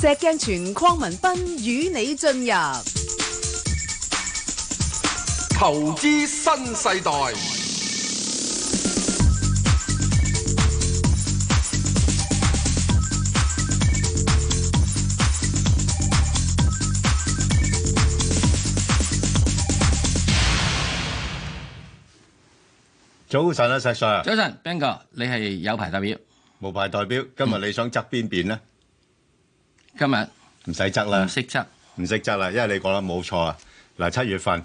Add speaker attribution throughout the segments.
Speaker 1: 石鏡泉鄺民彬與你進入
Speaker 2: 投資新世代，
Speaker 3: 早晨啊，石 Sir，
Speaker 4: 早晨，Ben 哥，你係有牌代表，
Speaker 3: 無牌代表，今日你想執邊邊咧？
Speaker 4: 今日呃
Speaker 3: 唔使執啦
Speaker 4: 唔，識執，
Speaker 3: 唔識執啦，因為你講得冇錯啊。嗱，七月份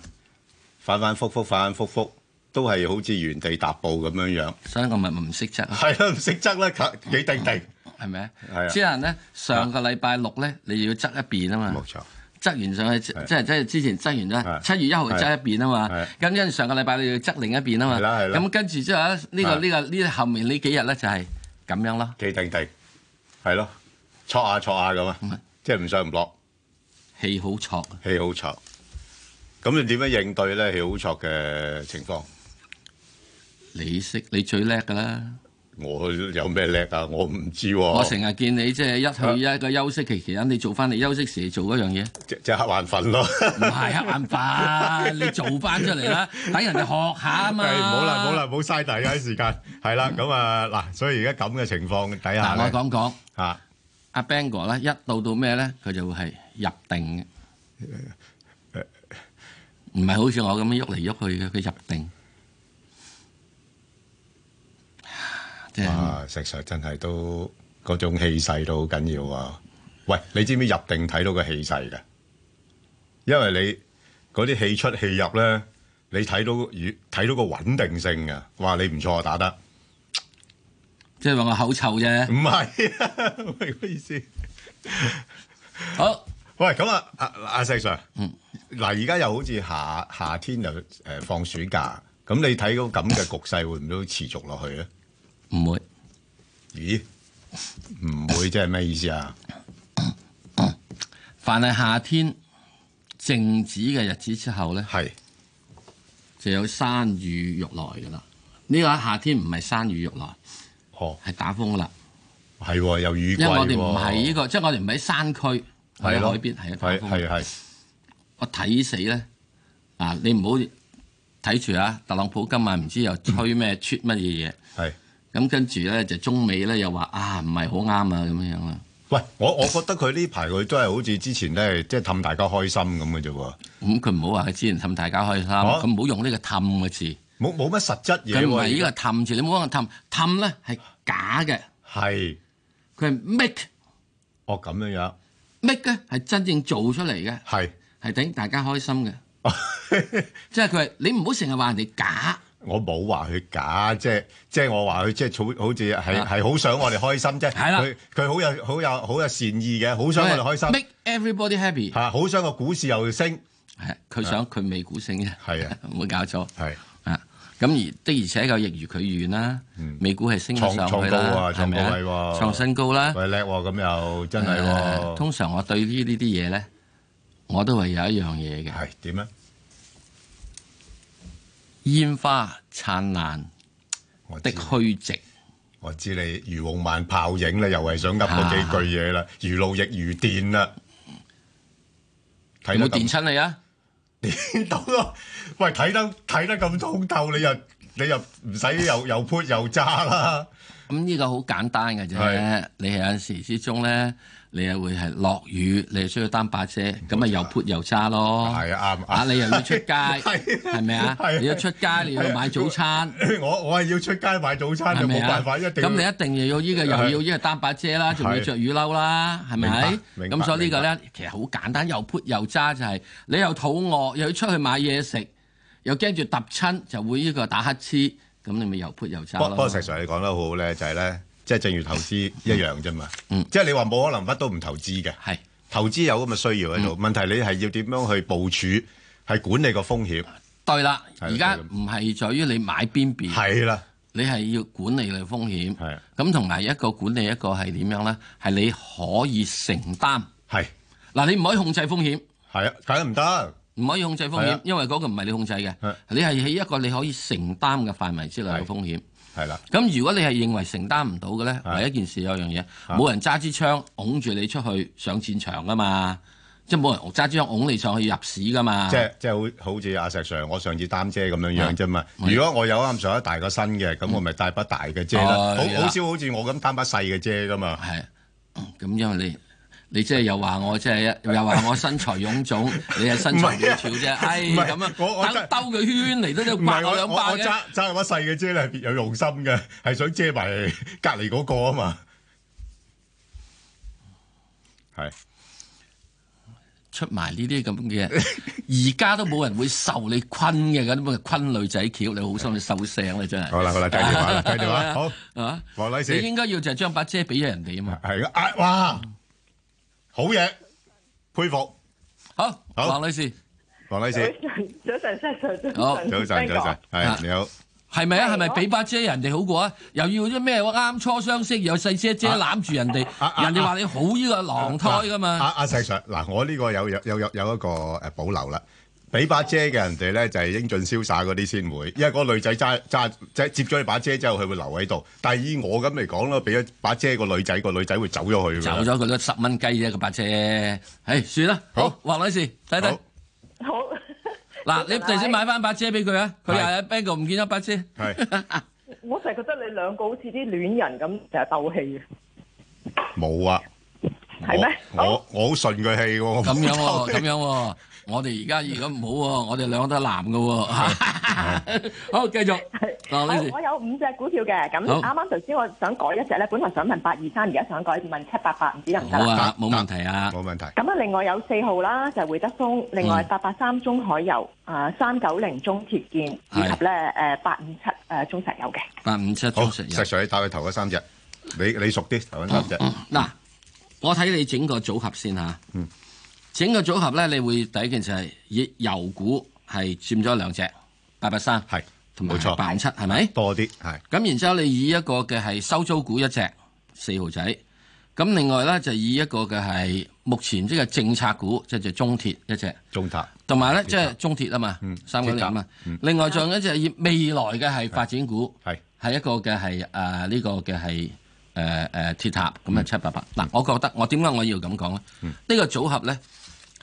Speaker 3: 反反覆覆，反反覆覆，都係好似原地踏步咁樣 樣。
Speaker 4: 所以我咪唔識執咯，
Speaker 3: 係啦，唔識執啦，幾定定。
Speaker 4: 係咪
Speaker 3: 係啊
Speaker 4: 啊？之後咧，上個禮拜六咧，你要執一遍啊嘛
Speaker 3: 冇，錯，
Speaker 4: 執完上去，即
Speaker 3: 係
Speaker 4: 係即係之前執完
Speaker 3: 係
Speaker 4: 啦，七月一號
Speaker 3: 係
Speaker 4: 執一遍啊嘛
Speaker 3: 係，
Speaker 4: 咁跟住上個禮拜你要執另一遍啊嘛，
Speaker 3: 係啦係啦
Speaker 4: 咁跟住之後咧，呢個
Speaker 3: 係
Speaker 4: 呢個呢後面呢幾日咧就係咁樣咯，
Speaker 3: 幾定定，係咯，挫下挫下咁啊
Speaker 4: 嗯，
Speaker 3: 即係唔上唔落，
Speaker 4: 氣好挫，啊
Speaker 3: 氣好挫。咁你點樣應對咧？氣好挫嘅情況，
Speaker 4: 你識你最叻噶啦，
Speaker 3: 我有咩叻啊？我唔知喎。
Speaker 4: 我成日見你即係一去一個休息期期間，你做翻你休息時做嗰樣嘢。
Speaker 3: 即即係黑眼瞓咯。
Speaker 4: 唔係黑眼瞓，你做翻出嚟啦，等人哋學下啊嘛。
Speaker 3: 係冇啦冇啦，。冇嘥大家啲時間。係啦，咁啊嗱，所以而家咁嘅情況底下
Speaker 4: 嗱，我
Speaker 3: 咧，
Speaker 4: 講講
Speaker 3: 嚇
Speaker 4: 阿 Bang 哥咧，一到到咩咧，佢就會係入定嘅，唔係好似我咁樣喐嚟喐去嘅，佢入定。即係
Speaker 3: 哇，石 Sir 真係都嗰種氣勢都好緊要啊！喂，你知唔知入定睇到個氣勢嘅？因為你嗰啲氣出氣入咧，你睇到與睇到個穩定性啊！哇，你唔錯啊，打得
Speaker 4: 即係話我口臭啫
Speaker 3: 唔。係啊，喂，咩意思？
Speaker 4: 好，
Speaker 3: 喂，咁啊，阿阿石 Sir，
Speaker 4: 嗯
Speaker 3: 嗱，而家又好似夏夏天又誒放暑假，咁你睇到咁嘅局勢會唔會都持續落去咧？
Speaker 4: 唔會。
Speaker 3: 咦，唔會即係咩意思啊？
Speaker 4: 凡係夏天靜止嘅日子之後咧，
Speaker 3: 係
Speaker 4: 就有山雨欲來㗎啦。呢個夏天唔係山雨欲來，
Speaker 3: 哦，
Speaker 4: 係打風㗎啦。
Speaker 3: 係喎，有雨季
Speaker 4: 因為
Speaker 3: 喎。
Speaker 4: 我哋唔係呢個，即係我哋唔喺山區，我
Speaker 3: 係
Speaker 4: 哋
Speaker 3: 咯
Speaker 4: 海邊係一個
Speaker 3: 係
Speaker 4: 風
Speaker 3: 係啊係
Speaker 4: 我睇死咧嗱，你唔好睇住啊！特朗普今晚唔知又吹咩出乜嘢嘢，
Speaker 3: 係。
Speaker 4: 咁跟住咧就中美咧又話啊唔係好啱啊咁樣樣啦。
Speaker 3: 喂，我我覺得佢呢排佢都係好似之前咧，即係氹大家開心咁嘅啫喎，
Speaker 4: 咁佢唔好話佢之前氹大家開心，
Speaker 3: 哦
Speaker 4: 佢唔好用呢個氹嘅字，
Speaker 3: 冇冇乜實質嘢
Speaker 4: 佢唔係呢
Speaker 3: 喎。
Speaker 4: 個氹字，你唔好講氹，氹咧係假嘅，
Speaker 3: 係，
Speaker 4: 佢係 make
Speaker 3: 哦咁樣樣，
Speaker 4: make 咧係真正做出嚟嘅，
Speaker 3: 係。
Speaker 4: 係等大家開心嘅。即係佢係你唔好成日話人哋假。
Speaker 3: 我冇話佢假，即係即係我話佢即係好好似係
Speaker 4: 啊
Speaker 3: 係好想我哋開心啫。
Speaker 4: 係啦
Speaker 3: 佢佢好有好有好有善意嘅，好想我哋開心
Speaker 4: Make everybody happy。
Speaker 3: 嚇，好想個股市又升，
Speaker 4: 係佢想佢美股升啫，
Speaker 3: 啊係 啊，
Speaker 4: 冇搞錯
Speaker 3: 係
Speaker 4: 啊。咁而的而且確逆如佢願啦，美股係升咗上去
Speaker 3: 嗯創創高啊
Speaker 4: 啦，係咪
Speaker 3: 創高位喎
Speaker 4: 創新高啦。
Speaker 3: 喂叻喎，咁又真係
Speaker 4: 誒
Speaker 3: 喎，
Speaker 4: 通常我對於呢啲嘢咧，我都係有一樣嘢嘅，
Speaker 3: 係點咧？
Speaker 4: 煙花燦爛
Speaker 3: 我
Speaker 4: 的
Speaker 3: 知
Speaker 4: 虛寂。
Speaker 3: 我知你如夢幻泡影咧，又係想噏嗰幾句嘢
Speaker 4: 啊
Speaker 3: 啦，如露亦如電啦，睇
Speaker 4: 有冇
Speaker 3: 得
Speaker 4: 電
Speaker 3: 咁
Speaker 4: 親你啊？
Speaker 3: 電到咯，喂睇得睇得咁通透，你又你又唔使又又潑又揸啦，
Speaker 4: 咁呢個好簡單嘅
Speaker 3: 係
Speaker 4: 啫，你係有陣時之中咧，你又會係落雨，你又需要擔把遮，咁啊又潑又揸咯。
Speaker 3: 係啊啱
Speaker 4: 啊！你又要出街，
Speaker 3: 係
Speaker 4: 係咪啊
Speaker 3: 係？
Speaker 4: 你要出街，你要買早餐，
Speaker 3: 我我係要出街買早餐就
Speaker 4: 係
Speaker 3: 冇
Speaker 4: 咪
Speaker 3: 辦
Speaker 4: 啊？
Speaker 3: 法，一定
Speaker 4: 咁你一定又要呢個，
Speaker 3: 係
Speaker 4: 又要呢個單把遮啦，仲要着雨褸啦，係咪
Speaker 3: 明白？明白
Speaker 4: 咁所以呢個咧，其實好簡單，又潑又揸就係你又肚餓，又要出去買嘢食，又驚住揼親，就會呢個打乞嗤，咁你咪又潑又揸
Speaker 3: 不
Speaker 4: 咯。
Speaker 3: 不過石 Sir 你講得好好咧，就係咧，即係正如投資一樣啫嘛，
Speaker 4: 嗯
Speaker 3: 即係你話冇可能乜都唔投資嘅。
Speaker 4: 係
Speaker 3: 投資有咁嘅需要喺
Speaker 4: 嗯
Speaker 3: 度，問題你係要點樣去部署，係管理個風險，
Speaker 4: 對啦，
Speaker 3: 係
Speaker 4: 而家
Speaker 3: 就係
Speaker 4: 唔係在於你買邊邊。
Speaker 3: 係啦，
Speaker 4: 你係要管理你嘅風
Speaker 3: 係
Speaker 4: 險，咁同埋一個管理一個係點樣呢？係你可以承擔。
Speaker 3: 係
Speaker 4: 嗱，你唔可以控制風險，
Speaker 3: 係啊，梗係唔得，
Speaker 4: 唔可以控制風
Speaker 3: 係啊
Speaker 4: 險，因為嗰個唔係你控制嘅
Speaker 3: 係，
Speaker 4: 你係喺一個你可以承擔嘅範圍之內
Speaker 3: 係
Speaker 4: 嘅風險。
Speaker 3: 係啦，
Speaker 4: 咁如果你係認為承擔唔到嘅咧，
Speaker 3: 啊
Speaker 4: 唯一件事有樣嘢，冇人揸支槍拱住你出去上戰場噶嘛，即係冇人揸支槍拱你上去入市噶嘛。
Speaker 3: 即係即係好好似阿石 Sir 我上次擔遮咁樣
Speaker 4: 啊
Speaker 3: 樣啫嘛。
Speaker 4: 係
Speaker 3: 如果我有啱上一大個身嘅，咁我咪帶把大嘅遮啦。
Speaker 4: 哦係啦
Speaker 3: 好好少好似我咁擔把細嘅遮噶嘛。
Speaker 4: 係， 嗯咁因為你你即係又話我即係又話我身材臃腫，你係身材苗條啫，唉
Speaker 3: 唔係
Speaker 4: 咁啊，
Speaker 3: 我我
Speaker 4: 等
Speaker 3: 真係
Speaker 4: 兜個圈嚟都都
Speaker 3: 唔
Speaker 4: 刮
Speaker 3: 係
Speaker 4: 我兩
Speaker 3: 我我
Speaker 4: 巴
Speaker 3: 我
Speaker 4: 嘅。
Speaker 3: 揸揸把細嘅遮咧，別有用心嘅，係想遮埋隔離嗰個啊嘛。係
Speaker 4: 出埋呢啲咁嘅，而家都冇人會受你坤嘅嗰啲咁嘅坤女仔橋，你好心你收聲啦真係。
Speaker 3: 好啦好啦，睇電話啦，睇電話好。
Speaker 4: 啊！
Speaker 3: 黃女士
Speaker 4: 你應該要就係將把遮俾咗人哋啊嘛。
Speaker 3: 係啊！哇，好嘢，佩服
Speaker 4: 好，
Speaker 3: 好
Speaker 4: 黃女士，
Speaker 3: 黃女
Speaker 5: 早
Speaker 3: 士。
Speaker 5: 晨，早晨，早晨，
Speaker 4: 好
Speaker 3: 早晨，早晨，
Speaker 4: 啊
Speaker 3: 係你好。
Speaker 4: 係咪啊？
Speaker 5: 係
Speaker 4: 係咪
Speaker 5: 我
Speaker 4: 俾把遮人哋好過啊？又要啲咩啱初相識，又細遮遮
Speaker 3: 啊
Speaker 4: 攬住人哋，人哋話你好呢個啊狼胎噶
Speaker 3: 阿
Speaker 4: 嘛？
Speaker 3: 阿石 Sir，嗱，我呢個有有有有有一個誒保留啦。俾把遮嘅人哋咧，就係英俊瀟灑嗰啲先會，因為嗰個女仔揸揸即係接咗你把遮之後，佢會留喺度。但係以我咁嚟講咯，俾咗把遮個女仔，個女仔會走咗去㗎
Speaker 4: 走
Speaker 3: 啦。
Speaker 4: 咗佢都十蚊雞啫，個把遮。唉，算啦。
Speaker 3: 好
Speaker 4: 好，黃女士，睇睇
Speaker 3: 好
Speaker 5: 好。
Speaker 4: 嗱，你頭先買翻把遮俾佢啊？佢又喺 b a n g 唔見咗把遮。
Speaker 3: 係
Speaker 5: 我成日覺得你兩個好似啲戀人咁，成日鬥氣嘅。
Speaker 3: 冇啊，
Speaker 5: 係咩
Speaker 3: 我我我好順佢氣喎，我
Speaker 4: 咁 樣喎，咁樣喎。我哋而家如果唔好喎，我哋兩個都係男嘅喎。 好，繼續，哦黃女士
Speaker 5: 我。我有五隻股票嘅，咁
Speaker 4: 好
Speaker 6: À,
Speaker 5: 啱啱頭先我想改一隻咧，本來想問八二三，而家想改問七八八，唔知得唔得
Speaker 4: 好
Speaker 5: 啦？
Speaker 4: 啊，
Speaker 3: 得
Speaker 4: 冇問題啊。
Speaker 3: 冇問題。
Speaker 5: 咁啊，另外有四號啦，就係會德豐，另外
Speaker 4: 嗯
Speaker 5: 八八三中海油，
Speaker 6: à,
Speaker 5: 啊三九零中鐵建，以及
Speaker 4: 係
Speaker 5: 咧誒八五七
Speaker 6: à,
Speaker 5: 誒中石油嘅。
Speaker 4: 八五七
Speaker 3: 好，
Speaker 4: 中石
Speaker 3: 石
Speaker 4: 油。嗯
Speaker 3: Sir，你打佢頭嗰三隻，你你熟啲頭嗰三隻。
Speaker 4: 嗱，我睇你整個組合先嚇。
Speaker 3: 嗯
Speaker 4: 整個組合咧，你會第一件事係以油股係佔咗兩隻，八八三
Speaker 3: 係
Speaker 4: 同埋
Speaker 3: 冇錯
Speaker 4: 八五七係咪？
Speaker 3: 多啲係
Speaker 4: 咁然之後，你以一個嘅係收租股一隻四號仔，咁另外咧就以一個嘅係目前即係政策股，即係就中鐵一隻，
Speaker 3: 中塔
Speaker 4: 同埋咧即係中鐵啊嘛，三九零啊嘛。另外仲有一隻以未來嘅係發展股。
Speaker 3: 係
Speaker 4: 係一個嘅係誒呢個嘅係誒誒鐵塔咁啊七八八嗱，我覺得我點解我要咁講咧？呢個組合咧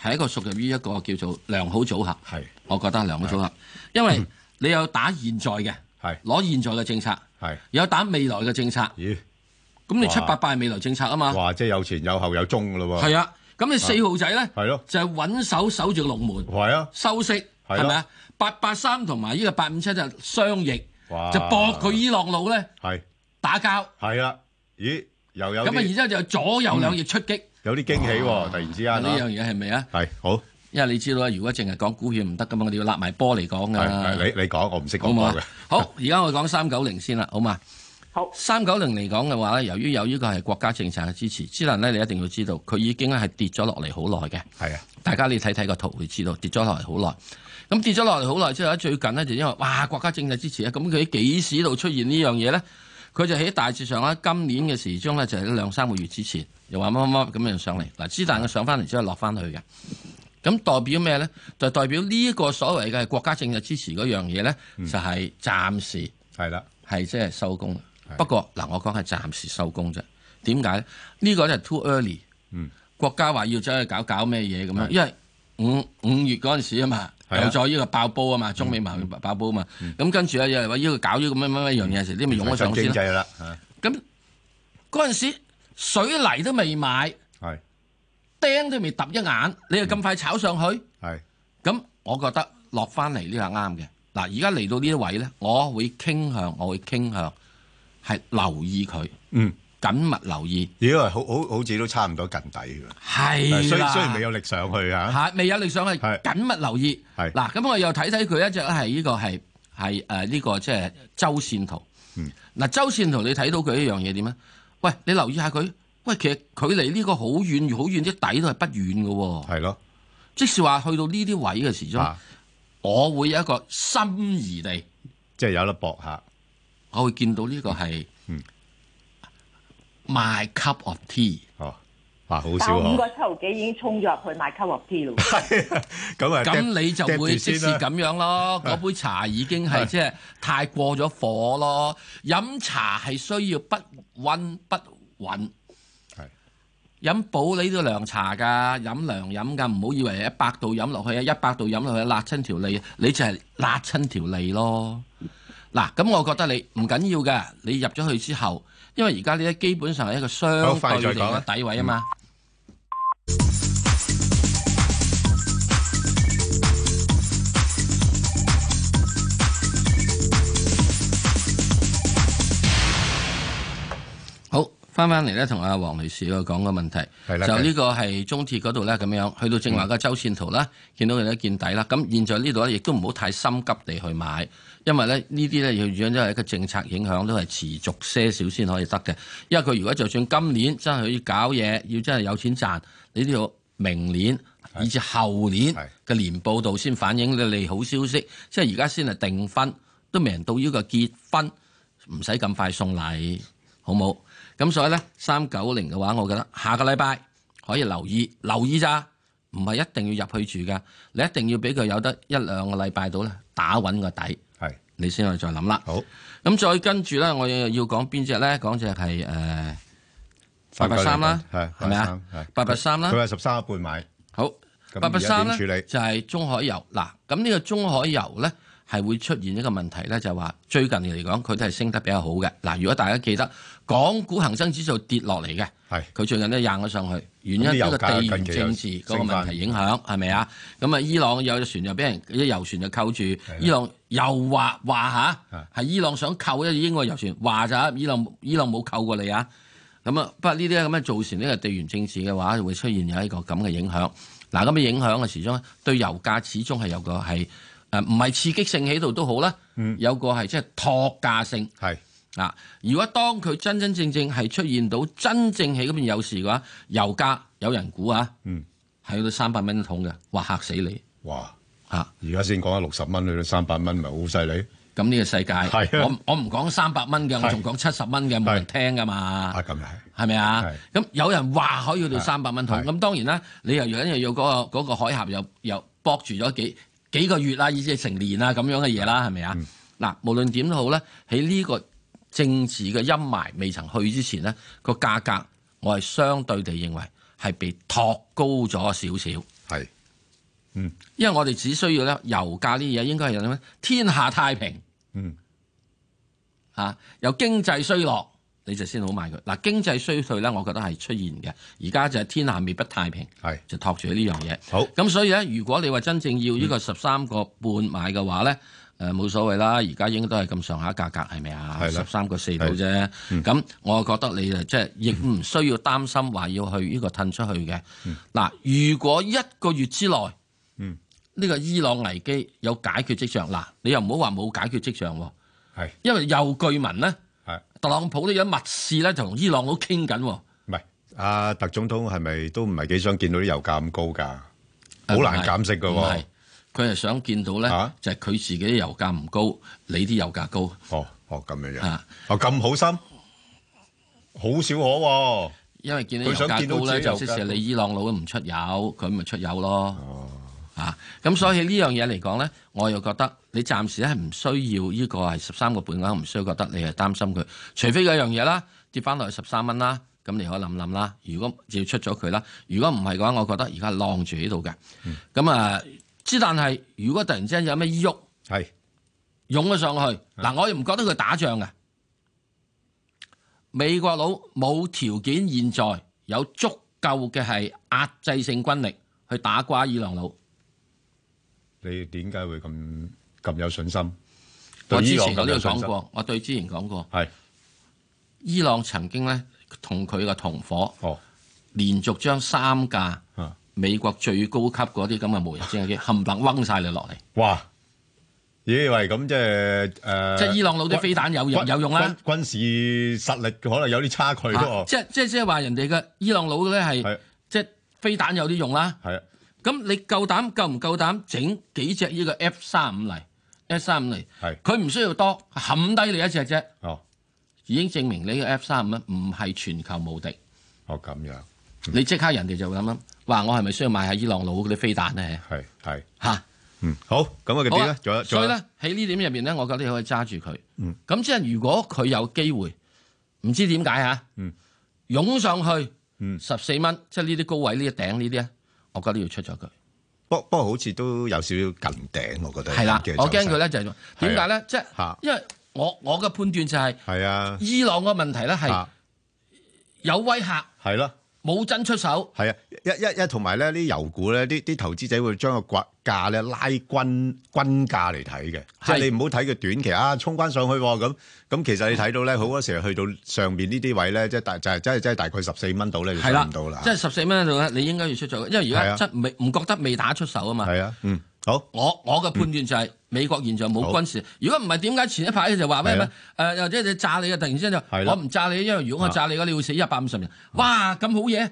Speaker 4: 係一個屬於一個叫做良好組合，
Speaker 3: 係
Speaker 4: 我覺得係良好組合，因為你有打現在嘅，
Speaker 3: 係
Speaker 4: 攞現在嘅政策，
Speaker 3: 係。
Speaker 4: 有打未來嘅政策，
Speaker 3: 咦？
Speaker 4: 咁你
Speaker 3: 哇
Speaker 4: 七八八係未來政策啊嘛，
Speaker 3: 哇！即係有前有後有中噶咯喎。
Speaker 4: 係啊，咁你四號仔咧
Speaker 3: 係咯
Speaker 4: 就係穩手守住個龍門
Speaker 3: 係啊，
Speaker 4: 收息，
Speaker 3: 係咯
Speaker 4: 係咪啊？八八三同埋呢個八五七就雙翼，
Speaker 3: 哇
Speaker 4: 就搏佢伊朗佬咧
Speaker 3: 係
Speaker 4: 打交。
Speaker 3: 係啊，咦？又有
Speaker 4: 咁啊，然
Speaker 3: 啲
Speaker 4: 之後就左右兩翼出擊，
Speaker 3: 有啲驚喜喎！突然之間
Speaker 4: 呢樣
Speaker 3: 啊，
Speaker 4: 嘢係咪啊？
Speaker 3: 係好
Speaker 4: 因為你知道啦，如果淨係講股票唔得噶嘛，我哋要立埋波嚟講
Speaker 3: 係係
Speaker 4: 噶，
Speaker 3: 你你講，我唔識
Speaker 4: 好
Speaker 3: 講
Speaker 4: 嘛
Speaker 3: 波嘅。？
Speaker 4: 好，而家我講三九零先啦，好嘛？
Speaker 5: 好
Speaker 4: 三九零嚟講嘅話咧，由於有呢個係國家政策嘅支持，之能咧你一定要知道，佢已經係跌咗落嚟好耐嘅。
Speaker 3: 係啊，
Speaker 4: 大家你睇睇個圖會知道跌咗落嚟好耐。咁跌咗落嚟好耐之後咧，最近咧就因為哇國家政策支持啊，咁佢喺幾時度出現呢樣嘢咧？佢就喺大致上咧，今年嘅時鐘咧就喺兩三個月之前，又話乜乜乜咁樣上嚟。嗱，之但佢上翻嚟之後落翻去嘅，咁代表咩咧？就代表呢一個所謂嘅國家政策支持嗰樣嘢咧，就係暫時。
Speaker 3: 係啦，
Speaker 4: 係即係收工啦
Speaker 3: 係。
Speaker 4: 不過嗱，我講係暫時收工啫。點解呢？呢個就係 too early。
Speaker 3: 嗯，
Speaker 4: 國家話要走去搞搞咩嘢咁樣，因為五五月嗰陣時啊嘛，
Speaker 3: 係啊嗯
Speaker 4: 有咗呢個爆煲啊嘛，中美貿易爆煲啊嘛。咁跟住咧又係話呢個搞呢個乜乜乜
Speaker 3: 嗯
Speaker 4: 樣嘢時，呢咪湧咗上
Speaker 3: 經濟
Speaker 4: 先啦。
Speaker 3: 啦，啊
Speaker 4: 咁嗰陣時水泥都未買，
Speaker 3: 係
Speaker 4: 釘都未揼一眼，你又
Speaker 3: 嗯
Speaker 4: 咁快炒上去？
Speaker 3: 係
Speaker 4: 咁我覺得落翻嚟呢個啱嘅。嗱，而家嚟到呢一位呢，我會傾向，我會傾向係留意佢，
Speaker 3: 嗯，
Speaker 4: 緊密留意，
Speaker 3: 咦？因為好好好似都差唔多近底㗎。
Speaker 4: 係
Speaker 3: 雖
Speaker 4: 啦。
Speaker 3: 雖然未有力上去啊，
Speaker 4: 係未有你想係
Speaker 3: 係
Speaker 4: 緊密留意。
Speaker 3: 係
Speaker 4: 嗱，咁我又睇睇佢一隻係呢個係係誒呢個即係周線圖。
Speaker 3: 嗯
Speaker 4: 嗱，周線圖你睇到佢一樣嘢點咧？喂，你留意下佢。喂，其實距離呢個好遠，好遠啲底都係不遠嘅喎。
Speaker 3: 係咯，
Speaker 4: 即使話去到呢啲位嘅時鐘，
Speaker 3: 啊，
Speaker 4: 我會有一個心儀地。
Speaker 3: 即係有得搏下，
Speaker 4: 我會見到呢個係
Speaker 3: 嗯
Speaker 4: my cup of tea，
Speaker 3: 哦，哇，好
Speaker 5: 但
Speaker 3: 少
Speaker 5: 我五
Speaker 3: 嗬
Speaker 5: 個。七毫幾已經衝咗入去買 cup of tea 咯。
Speaker 3: 咁啊，
Speaker 4: 咁你就會即使
Speaker 3: 咁
Speaker 4: 咁樣
Speaker 3: 啊
Speaker 4: 咯，嗰杯茶已經係即係太過咗火咯。飲茶係需要不温不穩
Speaker 3: 係，
Speaker 4: 飲保你都涼茶㗎，飲涼飲㗎，唔好以為一百度飲落去啊，一百度飲落去辣親條脷，啊你就係辣親條脷咯。嗱，咁我覺得你唔緊要嘅，你入咗去之後，因為而家呢啲基本上係一個相
Speaker 3: 好快再
Speaker 4: 對
Speaker 3: 講
Speaker 4: 地
Speaker 3: 啦
Speaker 4: 嘅底位啊嘛。好，翻翻嚟咧，同阿黃女士嗰個講個問題，
Speaker 3: 係啦
Speaker 4: 就呢個係中鐵嗰度咧，咁樣去到正話嘅周線圖啦，見到佢咧見底啦。咁現在呢度咧，亦都唔好太心急地去買，因為咧呢啲咧要始終都係一個政策影響，都係持續些少先可以得嘅。因為佢如果就算今年真係去搞嘢，要真係有錢賺，你都要明年以至後年
Speaker 3: 係
Speaker 4: 嘅年報度先反映你利好消息，即係而家先係訂婚，都未人到呢個結婚，唔使咁快送禮。好冇？咁所以咧，三九零嘅話，我覺得下個禮拜可以留意留意咋，唔係一定要入去住噶，你一定要俾佢有得一兩個禮拜到咧打穩個底，
Speaker 3: 係
Speaker 4: 你先可以再諗啦。
Speaker 3: 好
Speaker 4: 咁再跟住咧，我又要講邊只咧？講只係誒八八三啦，
Speaker 3: 係
Speaker 4: 係咪啊
Speaker 3: 883係？
Speaker 4: 八八三啦
Speaker 3: 佢，話十三個半買，
Speaker 4: 好
Speaker 3: 咁
Speaker 4: 八八三
Speaker 3: 而家點處
Speaker 4: 咧
Speaker 3: 理
Speaker 4: 就係中海油嗱。咁呢個中海油咧係會出現一個問題咧，就係話最近嚟講佢都係升得比較好嘅嗱。如果大家記得港股恒生指數跌落嚟嘅。
Speaker 3: 係
Speaker 4: 佢最近都硬咗上去，原因呢個地緣政治嗰個問題影響係咪啊？咁啊，伊朗有隻船就俾人一遊船就扣住，伊朗又話話
Speaker 3: 係
Speaker 4: 嚇係伊朗想扣一英國遊船，話咋？伊朗伊朗冇扣過你啊！咁啊，不過呢啲咁樣造成呢個地緣政治嘅話，會出現有一個咁嘅影響。嗱，咁嘅影響嘅時鐘對油價始終係有個係誒唔係刺激性喺度都好啦，有個係即係托價性。
Speaker 3: 係
Speaker 4: 嗱，啊如果當佢真真正正係出現到真正喺嗰邊有事嘅話，油價有人估啊，
Speaker 3: 嗯，
Speaker 4: 係去到三百蚊一桶嘅，哇嚇死你
Speaker 3: 哇！
Speaker 4: 嚇！啊
Speaker 3: 而家先講緊六十蚊去到三百蚊，咪好犀利。
Speaker 4: 咁呢個世界，
Speaker 3: 係啊
Speaker 4: 我唔我唔講三百蚊嘅，我仲講七十蚊嘅，冇人聽噶嘛
Speaker 3: 啊，，咁係
Speaker 4: 係咪啊？咁有人話可以去到
Speaker 3: 係
Speaker 4: 三百蚊桶，
Speaker 3: 係
Speaker 4: 咁當然啦，你又因為有嗰個嗰個海峽又又搏住咗幾幾個月啦，以至成年啊咁樣嘅嘢啦，係咪啊？嗱，無論點都好咧，喺呢個政治嘅陰霾未曾去之前咧，個價格我係相對地認為係被托高咗少少。
Speaker 3: 係
Speaker 4: 因為我哋只需要咧油價呢嘢應該係有咩天下太平，
Speaker 3: 嗯
Speaker 4: 啊，有經濟衰落你就先好買佢。嗱，經濟衰退咧，我覺得係出現嘅，而家就係天下未不太平，
Speaker 3: 係
Speaker 4: 就托住呢樣嘢。
Speaker 3: 好嗯
Speaker 4: 咁所以咧，如果你話真正要呢個十三個半買嘅話咧，誒、冇所謂啦，而家應該都係咁上下價格係咪啊？
Speaker 3: 係嗯
Speaker 4: 十
Speaker 3: 啦
Speaker 4: 三個四度啫。咁我覺得你就呃即係亦唔需要擔心話要去呢個褪出去嘅。嗱、如果一個月之內，
Speaker 3: 嗯
Speaker 4: 呢個伊朗危機有解決跡象，嗱，你又唔好話冇解決跡象喎，
Speaker 3: 係
Speaker 4: 因為有據聞咧，
Speaker 3: 係
Speaker 4: 特朗普呢有密事咧，就同伊朗佬傾緊喎。
Speaker 3: 唔係？阿特總統係咪都唔係幾想見到啲油價咁高㗎？好難減息㗎
Speaker 4: 呃唔係
Speaker 3: 喎。
Speaker 4: 佢係想見到咧
Speaker 3: 啊，
Speaker 4: 就係佢自己啲油價唔高，你啲油價高
Speaker 3: 哦哦，咁樣樣。
Speaker 4: 啊，
Speaker 3: 哦咁好心，好少可喎。
Speaker 4: 因為見到油
Speaker 3: 佢想
Speaker 4: 價
Speaker 3: 見到
Speaker 4: 高
Speaker 3: 自
Speaker 4: 咧，
Speaker 3: 己
Speaker 4: 就
Speaker 3: 油
Speaker 4: 即
Speaker 3: 價
Speaker 4: 係
Speaker 3: 高
Speaker 4: 你伊朗佬都唔出油，佢咪出油咯。
Speaker 3: 哦，
Speaker 4: 啊，咁所以呢樣嘢嚟講咧，我又覺得你暫時咧係唔需要呢個係十三個半鈎，唔需要覺得你係擔心佢，除非有一樣嘢啦，跌翻落去十三蚊啦，咁你可以諗諗啦。如果要出咗佢啦，如果唔係嘅話，我覺得而家係晾住喺度嘅。
Speaker 3: 嗯
Speaker 4: 咁啊、之但係如果突然之間有咩喐
Speaker 3: 係
Speaker 4: 湧咗上去，
Speaker 3: 啊
Speaker 4: 嗱，我又唔覺得佢打仗嘅。美國佬冇條件，現在有足夠嘅係壓制性軍力去打瓜伊朗佬。
Speaker 3: 你點解會咁咁有信心？
Speaker 4: 我
Speaker 3: 對
Speaker 4: 之
Speaker 3: 伊朗
Speaker 4: 前我
Speaker 3: 咁
Speaker 4: 都
Speaker 3: 有
Speaker 4: 有
Speaker 3: 信
Speaker 4: 講
Speaker 3: 心
Speaker 4: 過，我對之前講過，
Speaker 3: 係
Speaker 4: 伊朗曾經咧同佢嘅同伙
Speaker 3: 哦
Speaker 4: 連續將三架
Speaker 3: 啊！
Speaker 4: 美國最高級嗰啲咁嘅無人偵察 機冚唪唥掹晒你落嚟，
Speaker 3: 哇！咦喂，咁即係誒，
Speaker 4: 即係伊朗佬啲飛彈有用
Speaker 3: 軍
Speaker 4: 有用啦，
Speaker 3: 軍軍事實力可能有啲差距
Speaker 4: 啊
Speaker 3: 喎。
Speaker 4: 即係即係即係話人哋嘅伊朗佬咧係
Speaker 3: 係
Speaker 4: 即係飛彈有啲用啦。
Speaker 3: 係啊，
Speaker 4: 咁你夠膽夠唔夠膽整幾隻呢個 F 三五嚟？F 三五嚟，
Speaker 3: 係
Speaker 4: 佢唔需要多，冚低你一隻啫，
Speaker 3: 哦嗯
Speaker 4: 已經證明你嘅 F 三五咧唔係全球無敵。
Speaker 3: 哦咁樣
Speaker 4: 你即刻人哋就會諗諗，哇！我係咪需要買下伊朗佬嗰啲飛彈咧？
Speaker 3: 係係，
Speaker 4: 嚇！
Speaker 3: 嗯，好，咁啊點
Speaker 4: 好
Speaker 3: 咧
Speaker 4: 啊？
Speaker 3: 仲有仲
Speaker 4: 所以
Speaker 3: 有
Speaker 4: 咧喺呢點入邊咧，我覺得你可以揸住佢。
Speaker 3: 嗯
Speaker 4: 咁即係如果佢有機會，唔知點解嚇，
Speaker 3: 嗯，
Speaker 4: 湧上去，
Speaker 3: 嗯
Speaker 4: 十四蚊，即係呢啲高位呢一頂呢啲咧，我覺得要出咗佢。
Speaker 3: 不不過好似都有少少近頂，我覺得
Speaker 4: 係啦
Speaker 3: 嘅，
Speaker 4: 我
Speaker 3: 走勢
Speaker 4: 驚佢咧就係點解咧？即係
Speaker 3: 嚇
Speaker 4: 因為我我嘅判斷就係
Speaker 3: 係啊，
Speaker 4: 伊朗嘅問題咧係
Speaker 3: 啊
Speaker 4: 有威嚇，
Speaker 3: 係咯。
Speaker 4: 冇真出手。
Speaker 3: 係啊，一一一同埋咧，啲油股咧，啲啲投資者會將個價咧拉均均價嚟睇嘅，即係
Speaker 4: 係
Speaker 3: 你唔好睇佢短期啊，衝翻上去喎咁咁，其實你睇到咧，好多時候去到上面呢啲位咧，即係大就係真係真係大概十四蚊到咧，就
Speaker 4: 係
Speaker 3: 上
Speaker 4: 啦
Speaker 3: 唔到啦，，
Speaker 4: 即係十四蚊度咧，你應該要出咗佢，因為
Speaker 3: 係
Speaker 4: 而
Speaker 3: 啊
Speaker 4: 家真未唔覺得未打出手啊嘛。
Speaker 3: 係啊，嗯，好，
Speaker 4: 我我嘅判斷就係美國現在冇
Speaker 3: 好
Speaker 4: 軍事。如果唔係點解前一排就話
Speaker 3: 嗯
Speaker 4: 咩
Speaker 3: 係
Speaker 4: 咩
Speaker 3: 啊
Speaker 4: 誒，或者你炸你嘅，突然之間就
Speaker 3: 係啦啊
Speaker 4: 我唔炸你，因為如果我炸你嘅話，你會死一百五十人。哇，咁好 嘢，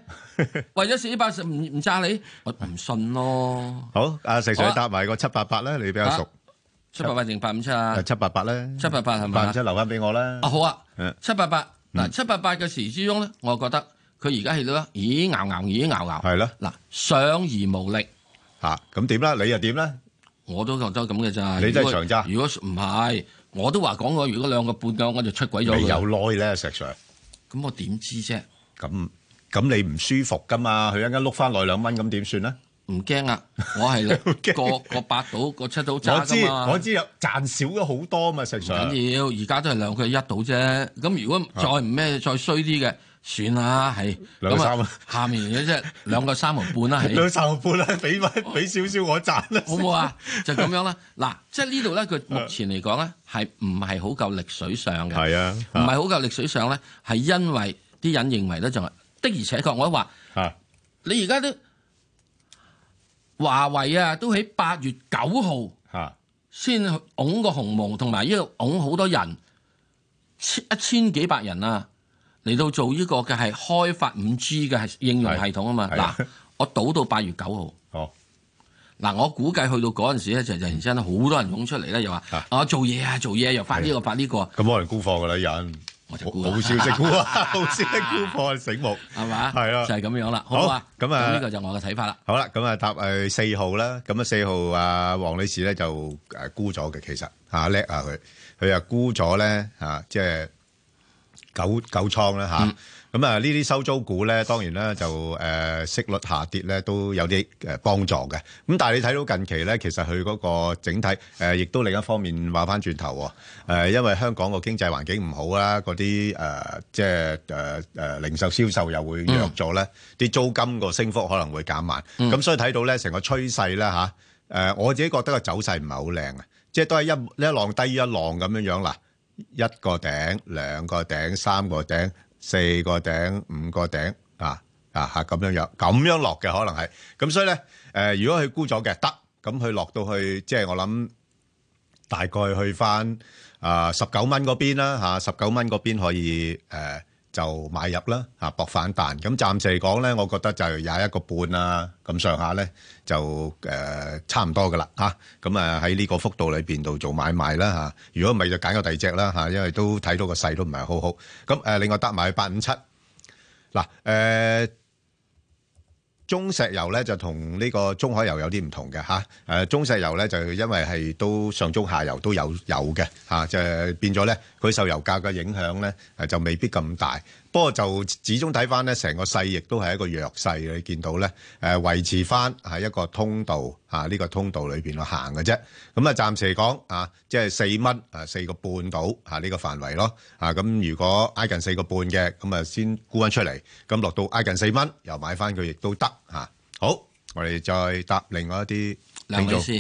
Speaker 4: 為咗死一百十唔唔炸你，我唔信咯。
Speaker 3: 好，阿石
Speaker 4: 好
Speaker 3: Sir
Speaker 4: 啊
Speaker 3: 答埋個七八八咧，你比較熟，
Speaker 4: 七百八定八五七啊
Speaker 3: 誒？七八八咧，
Speaker 4: 七八八係咪
Speaker 3: 八五七留翻俾我啦
Speaker 4: 啊，，好啊
Speaker 3: 嗯，
Speaker 4: 七八八嗱，七八八嘅時之中咧，我覺得佢而家喺度啦，咦熬熬，咦熬熬，
Speaker 3: 係啦，
Speaker 4: 嗱上而無力，
Speaker 3: 嚇，咁點啦？你又點咧？
Speaker 4: 我都覺得咁嘅咋。
Speaker 3: 你都係
Speaker 4: 如果
Speaker 3: 長揸
Speaker 4: 如果唔係，我都話講過，如果兩個半嘅，我就出軌咗
Speaker 3: 未有
Speaker 4: 佢。
Speaker 3: 耐咧，石 Sir，
Speaker 4: 咁我點知啫？
Speaker 3: 咁咁你唔舒服噶嘛？佢一陣間碌翻內兩蚊，咁點算咧？
Speaker 4: 唔 驚啊！我
Speaker 3: 唔驚
Speaker 4: 係個個八到個七到
Speaker 3: 我
Speaker 4: 揸
Speaker 3: 知
Speaker 4: 㗎嘛。
Speaker 3: 我知有賺少咗好多嘛，實
Speaker 4: 唔
Speaker 3: 上
Speaker 4: 緊要，而家都係兩個一到啫。咁如果再唔咩再衰啲嘅，算啦，係
Speaker 3: 啊兩個三啊
Speaker 4: 咁下面嘅啫，兩個三毫半啦，係
Speaker 3: 兩受半啦，俾翻俾少少我賺啦。
Speaker 4: 好唔好 啊？就咁樣啦。嗱，即係呢度咧，
Speaker 3: 啊
Speaker 4: 佢目前嚟講咧，係唔係好夠力水上嘅？
Speaker 3: 係啊
Speaker 4: 唔係好夠力水上咧，係因為啲人認為咧，就係的而且確，我都話
Speaker 3: 嚇
Speaker 4: 你而家都華為啊，都喺八月九號
Speaker 3: 嚇
Speaker 4: 先拱個鴻蒙，同埋呢度拱好多人，千一千幾百人啊，嚟到做呢個嘅係開發五 G 嘅係應用系統啊嘛。
Speaker 3: 係啊
Speaker 4: 嗱，我賭到八月九號。
Speaker 3: 哦
Speaker 4: 嗱，我估計去到嗰陣時咧，就就突然之間好多人湧出嚟咧，又話
Speaker 3: 啊
Speaker 4: 啊做嘢啊做嘢，又發呢個發呢個，
Speaker 3: 咁可能沽貨㗎啦，有人
Speaker 4: 我就
Speaker 3: 好
Speaker 4: 估啦
Speaker 3: 好少識沽啊，好少識沽貨，醒目
Speaker 4: 係嘛？
Speaker 3: 係啊
Speaker 4: 就係咁樣啦，好啊
Speaker 3: 好。咁啊
Speaker 4: 呢個就我嘅睇法啦。
Speaker 3: 好啦，咁啊答誒四號啦，咁啊四號啊黃女士咧就誒沽咗嘅，其實嚇叻啊佢，佢啊沽咗咧嚇，即係九九倉啦嚇。咁啊呢啲收租股咧，當然啦就誒息率下跌咧都有啲誒幫助嘅。咁但係你睇到近期咧，其實佢嗰個整體誒，亦都另一方面話翻轉頭喎誒，呃因為香港個經濟環境唔好啦，嗰啲誒即係誒誒零售銷售又會弱咗咧，啲租金個升幅可能會減慢，咁所以睇到咧成個趨勢啦嚇誒，我自己覺得個走勢唔係好靚啊，即係都係一一浪低於一浪咁樣樣啦。一個頂、兩個頂、三個頂、四個頂、五個頂啊啊嚇咁樣樣，咁樣落嘅可能係，咁所以咧誒、呃如果佢沽咗嘅得，咁佢落到去即係我諗大概去翻啊十九蚊嗰邊啦嚇，十九蚊嗰邊可以誒、呃就買入啦嚇，博反彈。咁暫時嚟講咧，我覺得就廿一個半啦咁上下咧就誒、呃差唔多噶啦嚇。咁啊喺呢個幅度裏邊度做買賣啦嚇、如果唔係就揀個第二隻啦嚇、因為都睇到個勢都唔係好好。咁誒、呃另外搭埋八五七嗱誒。呃中石油咧就同呢個中海油有啲唔同嘅嚇，誒、中石油咧就因為係都上中下游都有有嘅嚇、就變咗咧佢受油價嘅影響咧誒就未必咁大，不過就始終睇翻咧成個勢亦都係一個弱勢，你見到咧誒、維持翻喺一個通道啊嚇呢、個通道裏邊去行嘅啫，咁啊暫時嚟講啊即係四蚊啊四個半到嚇呢個範圍咯啊咁如果挨近四個半嘅咁啊先沽翻出嚟，咁落到挨近四蚊又買翻佢亦都得嚇。好，我哋再答另外一啲
Speaker 4: 梁
Speaker 3: 聽眾
Speaker 4: 女士，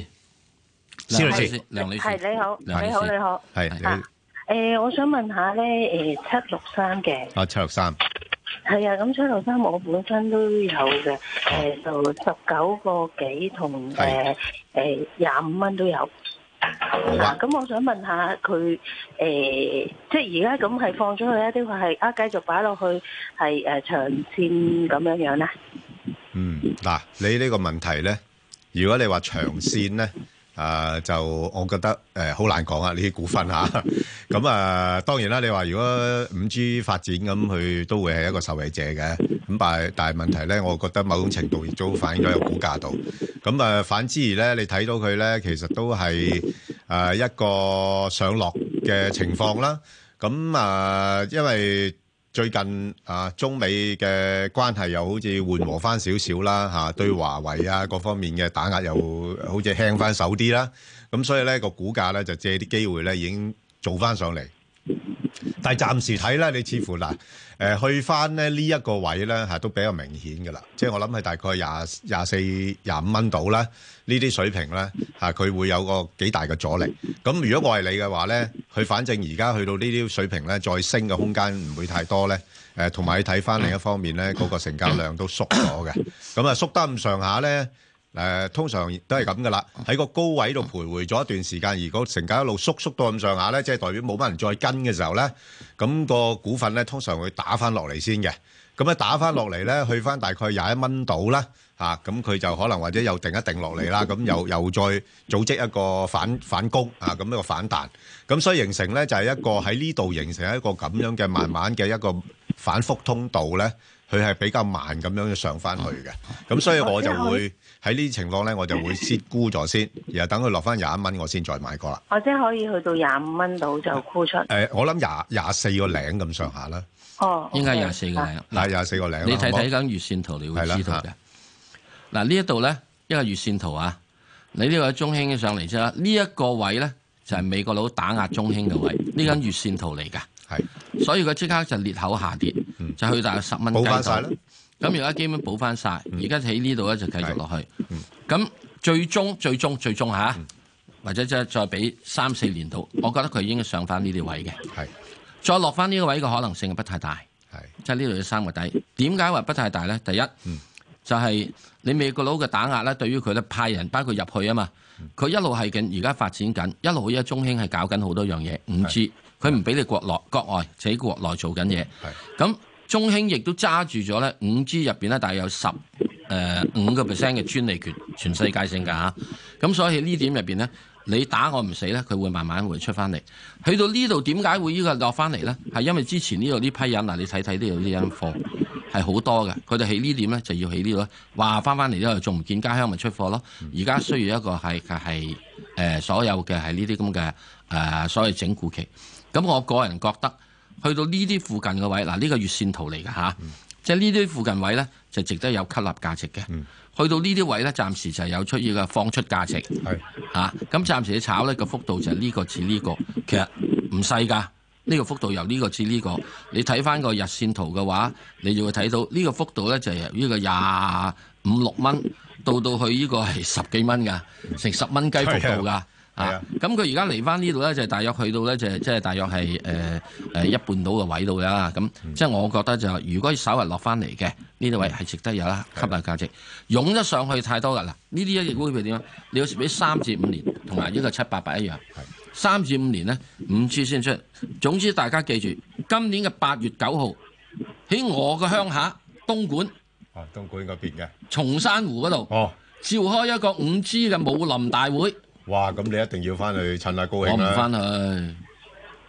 Speaker 3: 施女
Speaker 4: 梁女
Speaker 3: 士
Speaker 4: 士，梁女士，
Speaker 6: 係你好，
Speaker 4: 梁
Speaker 6: 你好，你好。
Speaker 3: 係
Speaker 6: 啊
Speaker 3: 你
Speaker 6: 誒、我想問下咧，誒、七六三嘅，
Speaker 3: 啊七六三
Speaker 6: 係啊，咁七六三我本身都有嘅，誒、呃就十九個幾同
Speaker 3: 哦係
Speaker 6: 誒誒廿五蚊都有。
Speaker 3: 好
Speaker 6: 啊
Speaker 3: 啊，
Speaker 6: 咁我想問下佢誒、即係而家咁係放咗佢一啲，佢係啊繼續擺落去係誒、長線咁樣樣咧？
Speaker 3: 嗯嗱，你呢個問題咧，如果你話長線咧，啊，就我覺得誒好、難講啊，呢啲股份嚇。咁啊，當然啦，你話如果五 G 發展咁，佢都會係一個受惠者嘅。咁但係但係問題咧，我覺得某種程度亦都反映咗喺股價度。咁啊，反之而咧，你睇到佢咧，其實都係誒、啊一個上落嘅情況啦。咁啊，因為最近啊，中美嘅關係又好似緩和翻少少啦，嚇、對華為啊各方面嘅打壓又好似輕翻手啲啦，咁所以咧個股價咧就借啲機會咧已經做翻上嚟，但係暫時睇咧，你似乎嗱誒、去翻咧呢一個位咧嚇、都比較明顯㗎啦，即係我諗係大概廿廿四廿五蚊到啦，呢啲水平咧嚇佢會有個幾大嘅阻力。咁如果我係你嘅話咧，佢反正而家去到呢啲水平咧，再升嘅空間唔會太多咧。誒，同埋你睇翻另一方面咧，嗰、個成交量都縮咗嘅。咁啊，縮得咁上下咧，誒、通常都係咁噶啦。喺個高位度徘徊咗一段時間，如果成交一路縮縮到咁上下咧，即係代表冇乜人再跟嘅時候咧，咁、個股份咧通常會打翻落嚟先嘅。咁啊打翻落嚟咧，去翻大概廿一蚊到啦，嚇咁佢就可能或者又定一定落嚟啦，咁又又再組織一個反反攻啊，咁一個反彈，咁所以形成咧就係一個喺呢度形成一個咁樣嘅慢慢嘅一個反覆通道咧，佢係比較慢咁樣上翻去嘅，咁所以我就會喺呢啲情況咧，我就會先沽咗先，然後等佢落翻廿一蚊，我先再買過啦。
Speaker 6: 我即係可以去到廿五蚊度就沽出。
Speaker 3: 誒、我諗廿廿四個零咁上下啦，
Speaker 6: 哦，
Speaker 4: 應該
Speaker 6: ，OK
Speaker 4: 廿四個零。
Speaker 3: 嗱廿四個零啦，
Speaker 4: 你睇
Speaker 3: 好唔好
Speaker 4: 睇緊月線圖，你會
Speaker 3: 係啦啊
Speaker 4: 知道嘅
Speaker 3: 嚇。
Speaker 4: 嗱呢一度咧，一個月線圖啊，你呢個中興上嚟啫啦，呢一個位咧就係美國佬打壓中興嘅位，呢根月線圖嚟㗎，
Speaker 3: 係
Speaker 4: 所以佢即刻就裂口下跌，就去到十蚊雞
Speaker 3: 嗯補翻
Speaker 4: 度
Speaker 3: 晒啦。嗯
Speaker 4: 咁而家基本補翻晒，而家喺呢度咧就繼續落去。咁最終最終最終吓，
Speaker 3: 嗯
Speaker 4: 或者即係再俾三四年度，我覺得佢應該上翻呢啲位嘅，
Speaker 3: 係
Speaker 4: 再落翻呢個位嘅可能性係不太大。
Speaker 3: 係
Speaker 4: 即係呢度有三個底。點解話不太大呢？第一、就係你美國佬嘅打壓咧，對於佢咧派人包括入去啊嘛，佢一路係緊而家發展緊，一路而家中興係搞緊好多樣嘢，唔知佢唔俾你國內國外自己國內做緊嘢。咁中興亦都揸住咗咧五 G 入邊咧，大約有十誒五個 percent 嘅專利權，全世界性㗎嚇。咁所以呢點入邊咧，你打我唔死咧，佢會慢慢會出翻嚟。去到呢度點解會呢個落翻嚟咧？係因為之前呢度呢批人嗱，啊你睇睇呢度呢人貨係好多嘅，佢哋起呢點咧就要起呢度咧，話翻翻嚟呢度仲唔見家鄉咪出貨咯？而家需要一個係係係誒所有嘅係呢啲咁嘅誒所謂整固期。咁我個人覺得。去到呢啲附近嘅位，嗱呢個月線圖嚟㗎吓，即係呢啲附近位呢，就值得有吸納價值嘅。去到呢啲位呢，暫時就有出現嘅放出價值
Speaker 3: 係
Speaker 4: 嚇。咁、暫時你炒呢個幅度就係呢個至呢、個，其實唔細㗎。呢、個幅度由呢個至呢、個，你睇翻個日線圖嘅話，你就會睇到呢個幅度呢，就係由呢個廿五六蚊到到去呢個係十幾蚊㗎，成十蚊雞幅度㗎。
Speaker 3: 係
Speaker 4: 啊
Speaker 3: 啊！
Speaker 4: 咁佢而家嚟翻呢度咧，就係大約去到咧，就係即係大約係誒誒一半到嘅位度啦。咁即係我覺得就如果稍為落翻嚟嘅呢啲位係值得有啦，吸納價值。湧咗上去太多㗎啦！呢啲一亦會變點啊？你要俾三至五年，同埋呢個七八八一樣，三至五年呢，五 G 先出。總之大家記住，今年嘅八月九號喺我嘅鄉下東莞
Speaker 3: 啊，東莞嗰邊嘅
Speaker 4: 松山湖嗰度
Speaker 3: 哦。
Speaker 4: 召開一個五 G 嘅武林大會，
Speaker 3: 哇！咁你一定要翻去趁下高
Speaker 4: 我
Speaker 3: 興
Speaker 4: 唔
Speaker 3: 啦，
Speaker 4: 翻去。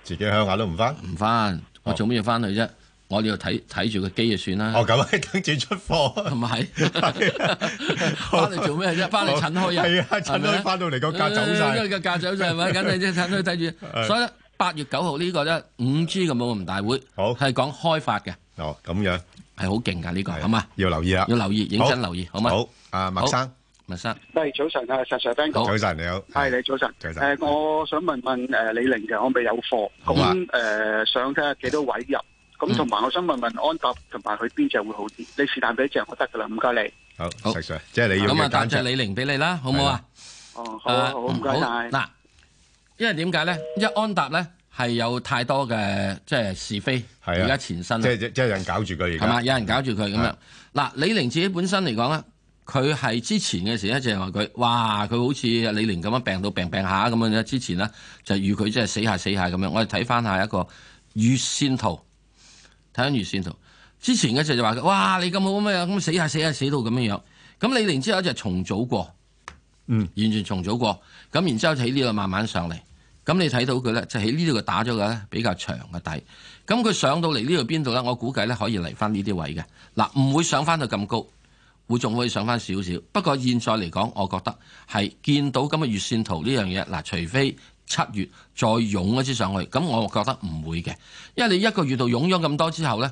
Speaker 3: 自己鄉下都唔翻。
Speaker 4: 唔翻，我做咩要翻去啫？我哋要睇睇住個機就算啦
Speaker 3: 哦，，咁啊，等住出
Speaker 4: 係
Speaker 3: 貨。
Speaker 4: 咪？
Speaker 3: 好
Speaker 4: 翻嚟做咩啫？翻嚟襯開
Speaker 3: 好哦 係啊趁開翻到嚟個價走晒
Speaker 4: 因為哎個價走 晒係咪？梗係即係趁開睇住。
Speaker 3: 係
Speaker 4: 所以咧，八月九號呢個咧五 G 嘅武林大會，
Speaker 3: 好
Speaker 4: 係講開發嘅，
Speaker 3: 哦，咁樣
Speaker 4: 係好勁㗎呢個，
Speaker 3: 係
Speaker 4: 好嘛？
Speaker 3: 要留意啦。
Speaker 4: 要留意，認真
Speaker 3: 好
Speaker 4: 留意，好嘛？
Speaker 3: 好，阿麥生，
Speaker 4: 麥生，
Speaker 7: 喂，早晨啊，石 Sir Ben 哥
Speaker 4: 好，
Speaker 3: 早晨你好。
Speaker 7: 係你早晨。
Speaker 3: 早晨
Speaker 7: 誒，我想問問誒李寧嘅，我未有貨，
Speaker 3: 好啊
Speaker 7: 咁誒想睇下幾多位入，
Speaker 4: 嗯
Speaker 7: 咁同埋我想問問安踏同埋佢邊只會好啲？你是但俾只我得㗎啦，唔該你。
Speaker 3: 好，
Speaker 4: 好
Speaker 3: 石 Sir，即係你要
Speaker 4: 咁啊，
Speaker 3: 嘅
Speaker 4: 答
Speaker 3: 監
Speaker 4: 謝
Speaker 3: 察。
Speaker 4: 李寧俾你啦，好唔好啊？
Speaker 7: 哦，好啊好啊，
Speaker 4: 誒
Speaker 7: 唔該晒。
Speaker 4: 嗱，因為點解咧？因為安踏咧係有太多嘅即係是非，
Speaker 3: 係啊
Speaker 4: 而家前身啊
Speaker 3: 即係即係有人搞住佢而
Speaker 4: 係嘛？
Speaker 3: 家。
Speaker 4: 有人搞住佢咁樣
Speaker 3: 係。
Speaker 4: 嗱，李寧自己本身嚟講咧，佢係之前嘅時咧就係話佢，哇！佢好似李寧咁樣病到病病下咁樣啫。之前咧就預佢即係死下死下咁樣。我哋睇翻下一個月線圖，睇緊月線圖。之前嘅時就話佢，哇！你咁好咩咁死下死下死到咁樣樣。咁李寧之後就重組過，
Speaker 3: 嗯
Speaker 4: 完全重組過。咁然之後喺呢度慢慢上嚟，咁你睇到佢咧就喺呢度打咗個咧比較長嘅底。咁佢上到嚟呢度邊度咧？我估計咧可以嚟翻呢啲位嘅。嗱，唔會上翻到咁高，會仲會上翻少少。不過現在嚟講，我覺得係見到咁嘅月線圖呢樣嘢嗱，除非七月再湧一支上去，咁我覺得唔會嘅，因為你一個月度湧咗咁多之後咧，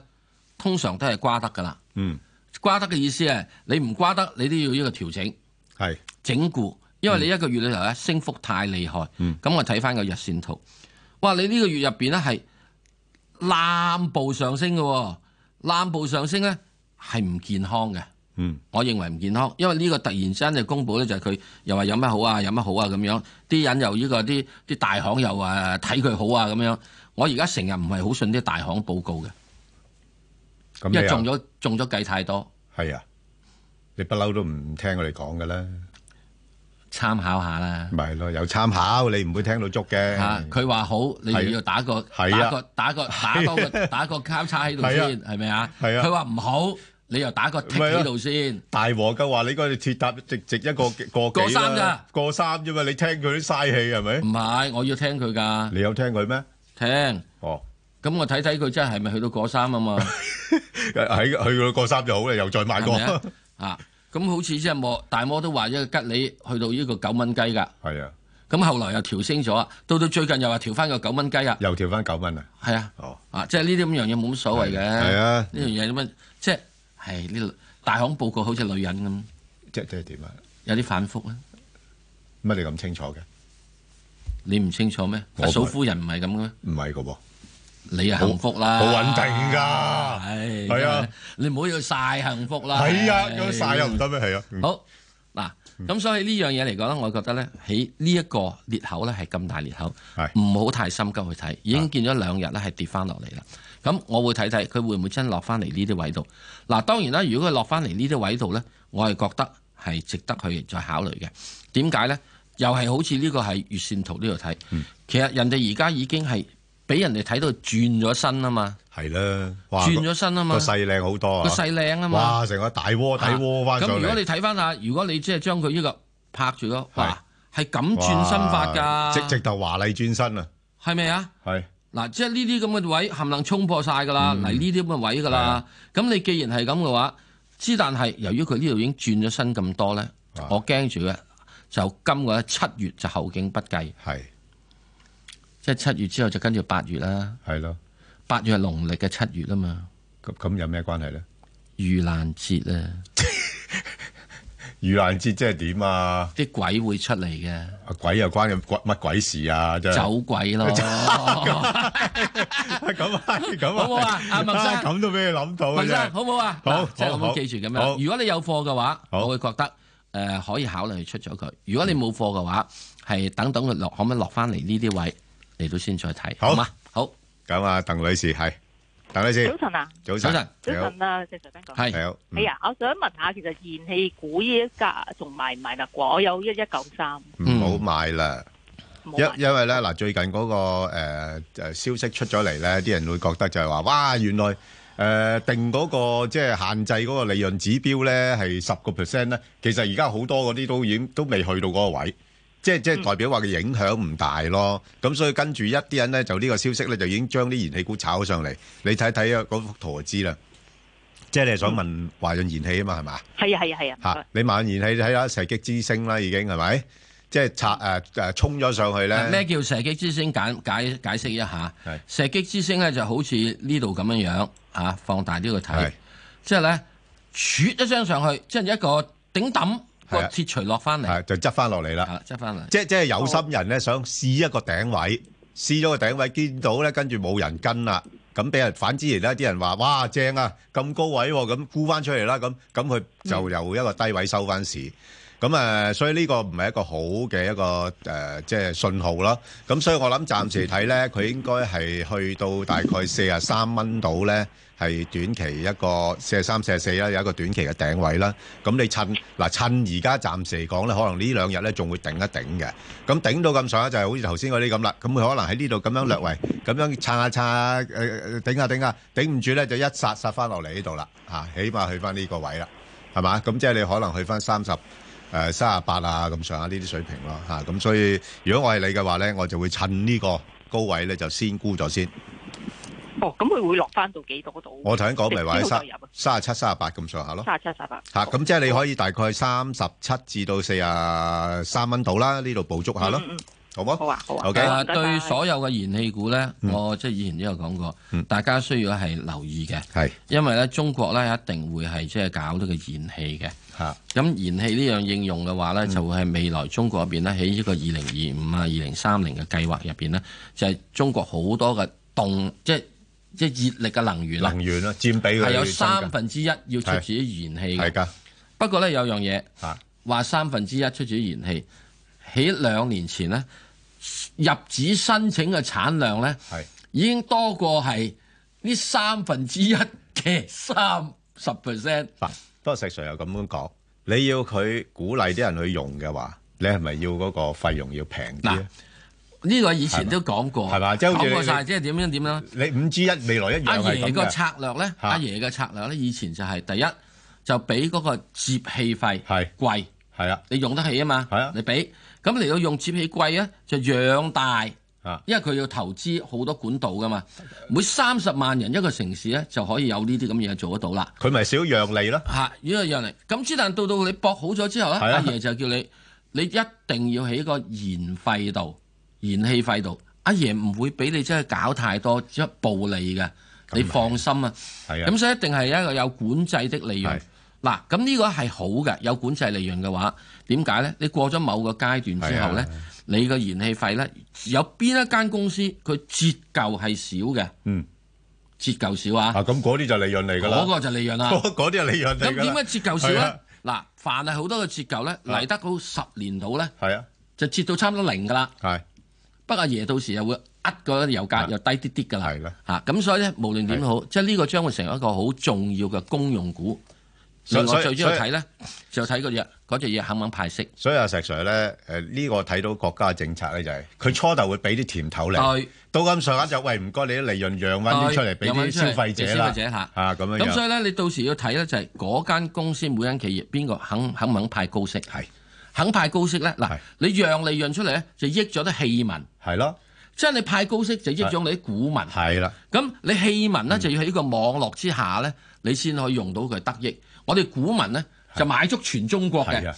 Speaker 4: 通常都係瓜得㗎啦。
Speaker 3: 嗯，
Speaker 4: 瓜得嘅意思係你唔瓜得，你都要呢個調整
Speaker 3: 係
Speaker 4: 整固，因
Speaker 3: 嗯
Speaker 4: 為你一個月裏頭咧升幅太厲害。咁、我睇翻個日線圖，哇！你呢個月入邊咧係攬步上升嘅喎，攬步上升咧係唔健康嘅。
Speaker 3: 嗯
Speaker 4: 我認為唔健康，因為呢個突然之間就公佈咧，就係佢又話有乜好啊，有乜好啊咁樣，啲人又呢、個啲啲大行又話睇佢好啊咁樣。我而家成日唔係好信啲大行報告嘅，
Speaker 3: 咁
Speaker 4: 因
Speaker 3: 你
Speaker 4: 為中
Speaker 3: 又
Speaker 4: 咗中咗計太多，
Speaker 3: 係啊，你不嬲都唔聽我哋講㗎啦，
Speaker 4: 參考下啦。
Speaker 3: 咪係咯，有參考，你唔會聽到足嘅。
Speaker 4: 嚇，佢話好，你
Speaker 3: 係啊
Speaker 4: 就要打個
Speaker 3: 係
Speaker 4: 打
Speaker 3: 啊
Speaker 4: 個打個打多個打個交叉喺度
Speaker 3: 係啊
Speaker 4: 先，係咪啊？
Speaker 3: 係啊
Speaker 4: 佢話唔好，你又打個剔
Speaker 3: 咪咯
Speaker 4: 喺度先。
Speaker 3: 大和嘅話，你嗰隻鐵塔直直一個個
Speaker 4: 過
Speaker 3: 幾啦
Speaker 4: 三咋
Speaker 3: 過三啫嘛，你聽佢都嘥氣係啊咪？
Speaker 4: 唔係，我要聽佢㗎，
Speaker 3: 你有聽佢咩？
Speaker 4: 聽。
Speaker 3: 哦，
Speaker 4: 咁我睇睇佢真係咪去到過三啊嘛？
Speaker 3: 喺去到過三就好啦，又再買
Speaker 4: 係
Speaker 3: 過
Speaker 4: 咪。啊？啊，咁好似即係摩大摩都話一個吉利去到呢個九蚊雞㗎，
Speaker 3: 係啊，
Speaker 4: 咁後來又調升咗，到到最近又話調翻個九蚊雞啊，
Speaker 3: 又調翻九蚊啊！
Speaker 4: 係啊，
Speaker 3: 哦，
Speaker 4: 啊，即係呢啲咁樣嘢冇乜所謂嘅，
Speaker 3: 係係啊
Speaker 4: 呢樣嘢咁樣，即係係呢大行報告好似女人咁，
Speaker 3: 即即係點啊？
Speaker 4: 有啲反覆啊，
Speaker 3: 乜你咁清楚嘅？
Speaker 4: 你唔清楚咩？
Speaker 3: 我
Speaker 4: 阿
Speaker 3: 唔係
Speaker 4: 嫂夫人唔係咁嘅咩？
Speaker 3: 唔係嘅喎，
Speaker 4: 你啊幸福啦，
Speaker 3: 好穩定㗎
Speaker 4: 係
Speaker 3: 係啊，
Speaker 4: 真係你唔好要晒幸福啦，
Speaker 3: 係啊，
Speaker 4: 唉
Speaker 3: 咁晒又唔得咩？係啊，嗯
Speaker 4: 好嗱，咁所以呢樣嘢嚟講咧，我覺得咧喺呢一個裂口咧係咁大裂口
Speaker 3: 係，
Speaker 4: 唔好太心急去睇，已經見咗兩日咧係跌翻落嚟啦。咁我會睇睇佢會唔會真落翻嚟呢啲位度。嗱，當然啦，如果佢落翻嚟呢啲位度咧，我係覺得係值得去再考慮嘅。點解咧？又係好似呢個係月線圖呢度睇，
Speaker 3: 嗯
Speaker 4: 其實人哋而家已經係俾人哋睇到轉咗身啊嘛，
Speaker 3: 係啦，哇，
Speaker 4: 轉咗身啊嘛
Speaker 3: 個，勢靚好多啊！
Speaker 4: 個勢靚啊嘛。
Speaker 3: 哇，成個大窩底窩翻上
Speaker 4: 咁
Speaker 3: 嚟。
Speaker 4: 如果你睇翻下，如果你即係將佢呢個拍住咯，
Speaker 3: 係
Speaker 4: 哇，係咁轉身法
Speaker 3: 哇直
Speaker 4: 㗎，
Speaker 3: 直頭華麗轉身啊！
Speaker 4: 係咪啊？
Speaker 3: 係
Speaker 4: 嗱，即係呢啲咁嘅位冚唪唥衝破晒㗎啦，嚟呢啲咁嘅位㗎
Speaker 3: 嗯係
Speaker 4: 啦
Speaker 3: 啊。
Speaker 4: 咁你既然係咁嘅話，之但係由於佢呢度已經轉咗身咁多咧
Speaker 3: 啊，
Speaker 4: 我驚住嘅就今個七月就後勁不繼，
Speaker 3: 係
Speaker 4: 即係七月之後就跟住八月啦。
Speaker 3: 係咯，
Speaker 4: 八月係農曆嘅七月啊嘛，
Speaker 3: 咁咁有咩關係咧？
Speaker 4: 遇難節啊，
Speaker 3: 遇難節即係點啊？
Speaker 4: 啲鬼會出嚟嘅，
Speaker 3: 啊鬼又關佢鬼乜鬼事啊？真係
Speaker 4: 走鬼咯。
Speaker 3: 咁啊，咁啊，
Speaker 4: 好唔好啊阿麥生
Speaker 3: 咁都俾你諗到啊
Speaker 4: 文
Speaker 3: 真係
Speaker 4: 生，好唔好啊？
Speaker 3: 好
Speaker 4: 嗱即係
Speaker 3: 好
Speaker 4: 咁樣
Speaker 3: 好
Speaker 4: 記住咁
Speaker 3: 好
Speaker 4: 樣。如果你有貨嘅話，
Speaker 3: 好
Speaker 4: 我會覺得誒可以考慮出咗佢。如果你冇貨嘅話，係等等佢落，可唔可以落翻嚟呢啲位嚟到先再睇，
Speaker 3: 好
Speaker 4: 好嘛？好，
Speaker 3: 咁啊，鄧女士係，鄧女士
Speaker 8: 早，晨啊，
Speaker 3: 早
Speaker 4: 早晨
Speaker 8: 早
Speaker 3: 你好
Speaker 8: 晨啊，謝 Sir 彬哥。
Speaker 4: 係
Speaker 3: 你好，嗯
Speaker 8: 哎呀，我想問下，其實燃氣股呢一家仲賣唔賣得過？我有一一九三，
Speaker 3: 嗯唔
Speaker 4: 嗯
Speaker 3: 好買啦。
Speaker 8: 冇
Speaker 3: 因
Speaker 8: 賣。
Speaker 3: 因為咧嗱，最近嗰、個誒、誒消息出咗嚟咧，啲人會覺得就係話，哇，原來誒、定嗰、個即係限制嗰個利潤指標咧係十個 percent 咧，其實而家好多嗰啲都已經都未去到嗰個位，即係即係代表話嘅影響唔大咯。咁所以跟住一啲人咧就呢個消息咧就已經將啲燃氣股炒咗上嚟，你睇睇嗰幅圖就知啦。即係你係想問華潤燃氣啊嘛，係嘛？
Speaker 8: 係啊係啊係啊唔
Speaker 3: 嚇、
Speaker 8: 該，
Speaker 3: 你萬燃氣睇下射擊之星啦，已經係咪？即係拆誒誒衝咗上去咧。
Speaker 4: 咩叫射擊之星？解解解釋一下
Speaker 3: 係。
Speaker 4: 射擊之星咧就好似呢度咁樣樣啊，放大啲去睇
Speaker 3: 係，
Speaker 4: 即係咧，撮一張上去，即係一個頂揼個
Speaker 3: 係啊
Speaker 4: 鐵錘落翻嚟，
Speaker 3: 係就執翻落嚟啦。
Speaker 4: 啊，執翻嚟。
Speaker 3: 即即係有心人咧，想試一個頂位，試咗個頂位，見到咧跟住冇人跟啦，咁俾人反之而咧，啲人話：哇，正啊，咁高位喎、咁沽翻出嚟啦，咁咁佢就由一個低位收翻市。咁誒、呃所以呢個唔係一個好嘅一個誒、呃即係信號啦。咁所以我諗暫時睇咧，佢應該係去到大概四啊三蚊度咧，係短期一個四啊三、四啊四啦，有一個短期嘅頂位啦。咁你趁嗱趁而家暫時嚟講咧，可能呢兩日咧仲會頂一頂嘅。咁頂到咁上下就係好似頭先嗰啲咁啦。咁佢可能喺呢度咁樣略為咁樣撐下撐下，誒、呃、頂下頂下，頂唔住咧就一殺殺翻落嚟呢度啦。嚇、起碼去翻呢個位啦，係嘛？咁即係你可能去翻三十誒
Speaker 9: 誒三啊八啊咁上下呢啲水平咯嚇。咁、所以如果我係你嘅話咧，我就會趁呢個高位咧就先沽咗先。
Speaker 8: 哦，咁佢會落翻到幾多度？
Speaker 9: 我頭先講咪話喺
Speaker 8: 直接
Speaker 9: 三
Speaker 8: 就入啊
Speaker 9: 三啊七、三啊八咁上下咯。
Speaker 8: 三十七、三十八。
Speaker 9: 嚇，咁即係你可以大概三十七至到四啊三蚊度啦，呢度捕捉下咯，
Speaker 8: 嗯嗯嗯
Speaker 9: 好唔
Speaker 8: 好
Speaker 9: 好？
Speaker 8: 啊，好啊。
Speaker 9: OK
Speaker 4: 啊
Speaker 8: 拜拜
Speaker 4: 對所有嘅燃氣股咧，
Speaker 9: 嗯
Speaker 4: 我即係以前都有講過
Speaker 9: 嗯，
Speaker 4: 大家需要係留意嘅，
Speaker 9: 係
Speaker 4: 因為咧中國咧一定會係即係搞呢個燃氣嘅。
Speaker 9: 嚇，嗯
Speaker 4: 咁燃氣呢樣應用嘅話咧，就會係未來中國入邊咧喺呢個二零二五啊、二零三零嘅計劃入邊咧，就係、中國好多嘅動即係即係熱力嘅能源啊
Speaker 3: 能，源啦，佔比佢
Speaker 4: 係有
Speaker 3: 增
Speaker 4: 三
Speaker 3: 加
Speaker 4: 分之一要出自於燃氣嘅
Speaker 9: 係㗎，
Speaker 4: 不過咧有樣嘢
Speaker 9: 啊
Speaker 4: 話三分之一出自於燃氣，喺兩年前咧入紙申請嘅產量咧
Speaker 3: 係
Speaker 4: 已經多過係呢三分之一嘅三十 percent。
Speaker 9: 嗱，
Speaker 3: 不過石 Sir 又咁樣講，你要佢鼓勵啲人去用嘅話，你係咪要嗰個費用要平啲
Speaker 4: 嗱
Speaker 3: 啊？
Speaker 4: 呢個以前都講過，
Speaker 3: 係嘛即係好似
Speaker 4: 講
Speaker 3: 你
Speaker 4: 過晒，即係點樣點樣。
Speaker 3: 你五 G 一未來一
Speaker 4: 阿
Speaker 3: 樣係
Speaker 4: 爺
Speaker 3: 咁
Speaker 4: 個
Speaker 3: 嘅，
Speaker 4: 策略咧，
Speaker 3: 嚇
Speaker 4: 阿爺嘅策略咧，以前就係第一就俾嗰個接氣費
Speaker 3: 係
Speaker 4: 貴，
Speaker 3: 係啊，
Speaker 4: 你用得起啊嘛
Speaker 3: 係啊，
Speaker 4: 你俾咁嚟到用接氣貴啊，就養大
Speaker 3: 啊，
Speaker 4: 因為佢要投資好多管道噶嘛，每三十萬人一個城市咧就可以有呢啲咁嘢做得到啦。
Speaker 3: 佢咪少讓利咯，
Speaker 4: 嚇，呢個樣嚟。咁之但到到你博好咗之後咧，
Speaker 3: 係啊
Speaker 4: 阿爺就叫你，你一定要喺個燃費度、燃氣費度，阿爺唔會俾你真係搞太多即係暴利嘅，你放心啊。
Speaker 3: 係啊
Speaker 4: 咁，所以一定係一個有管制的利潤
Speaker 3: 係。
Speaker 4: 嗱，咁呢個係好嘅，有管制利潤嘅話，點解呢？你過咗某個階段之後
Speaker 3: 係啊
Speaker 4: 呢，你個燃氣費呢，有邊一間公司佢折舊係少嘅？
Speaker 3: 嗯，
Speaker 4: 折舊少啊，
Speaker 3: 啊咁嗰啲就利潤嚟㗎
Speaker 4: 嗰
Speaker 3: 啦，
Speaker 4: 個就利潤啦。
Speaker 3: 嗰 嗰啲就利潤嚟
Speaker 4: 咁
Speaker 3: 㗎
Speaker 4: 點
Speaker 3: 啦，
Speaker 4: 解折舊少
Speaker 3: 係啊
Speaker 4: 咧？嗱，凡係好多嘅折舊咧，嚟得好十年到咧，
Speaker 3: 係啊，
Speaker 4: 就折到差唔多零噶啦。
Speaker 3: 係
Speaker 4: 不過阿爺到時又會呃個油價
Speaker 3: 係
Speaker 4: 又低啲啲噶啦。
Speaker 3: 啊係啦
Speaker 4: 嚇咁所以咧，無論點好，即係呢個將會成為一個好重要嘅公用股。
Speaker 3: 所以
Speaker 4: 所以我最主要
Speaker 3: 所以
Speaker 4: 睇咧，就睇嗰只嗰只嘢肯唔肯派息。
Speaker 3: 所以阿石 Sir 咧，誒呢個睇到國家嘅政策咧，就係佢初頭會俾啲甜頭嚟，
Speaker 4: 對，
Speaker 3: 到咁上下就喂唔該你啲利潤讓翻啲出嚟俾
Speaker 4: 有
Speaker 3: 啲
Speaker 4: 啊冇出
Speaker 3: 消
Speaker 4: 嚟
Speaker 3: 費者
Speaker 4: 俾消
Speaker 3: 啦
Speaker 4: 費，者嚇。
Speaker 3: 啊咁樣
Speaker 4: 咁所
Speaker 3: 樣，
Speaker 4: 以咧，你到時要睇咧，就係嗰間公司每間企業邊個肯肯唔肯派高息？
Speaker 3: 係
Speaker 4: 肯派高息咧，嗱
Speaker 3: 係，
Speaker 4: 你讓利潤出嚟咧，就益咗啲氣民。
Speaker 3: 係咯，
Speaker 4: 即係你派高息就益咗你啲股民，
Speaker 3: 係啦，
Speaker 4: 咁你棄民
Speaker 3: 嗯
Speaker 4: 咧就要喺呢個網絡之下咧，你先可以用到佢得益。我哋股民咧就買足全中國
Speaker 3: 係
Speaker 4: 嘅，
Speaker 3: 啊。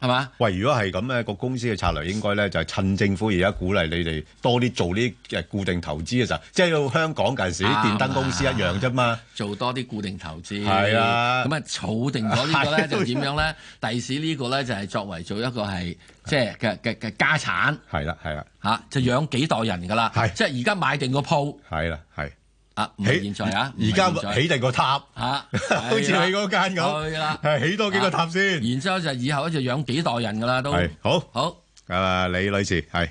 Speaker 4: 係嘛？
Speaker 3: 喂，如果係咁咧，個公司嘅策略應該咧就係趁政府而家鼓勵你哋多啲做呢啲誒固定投資嘅時候，即係香港近時啲
Speaker 4: 啊
Speaker 3: 電燈公司一樣啫嘛。
Speaker 4: 做多啲固定投資，
Speaker 3: 係啊
Speaker 4: 咁啊儲定咗呢個
Speaker 3: 係
Speaker 4: 咧
Speaker 3: 啊
Speaker 4: 就點樣咧？第時呢個咧就係作為做一個係即係嘅嘅嘅家產
Speaker 3: 係啦，係啦，
Speaker 4: 嚇、就養幾代人㗎啦。
Speaker 3: 係
Speaker 4: 即係而家買定個鋪
Speaker 3: 係啦，係。
Speaker 4: 啊，唔係
Speaker 3: 起
Speaker 4: 現在啊，唔
Speaker 3: 而
Speaker 4: 係現在
Speaker 3: 家起定個塔，
Speaker 4: 啊，
Speaker 3: 好似你嗰間咁，
Speaker 4: 係啦，
Speaker 3: 係起多幾個塔先。
Speaker 4: 然之後就以後咧就養幾代人㗎啦都。
Speaker 3: 係好，
Speaker 4: 好，
Speaker 3: 誒李女士係，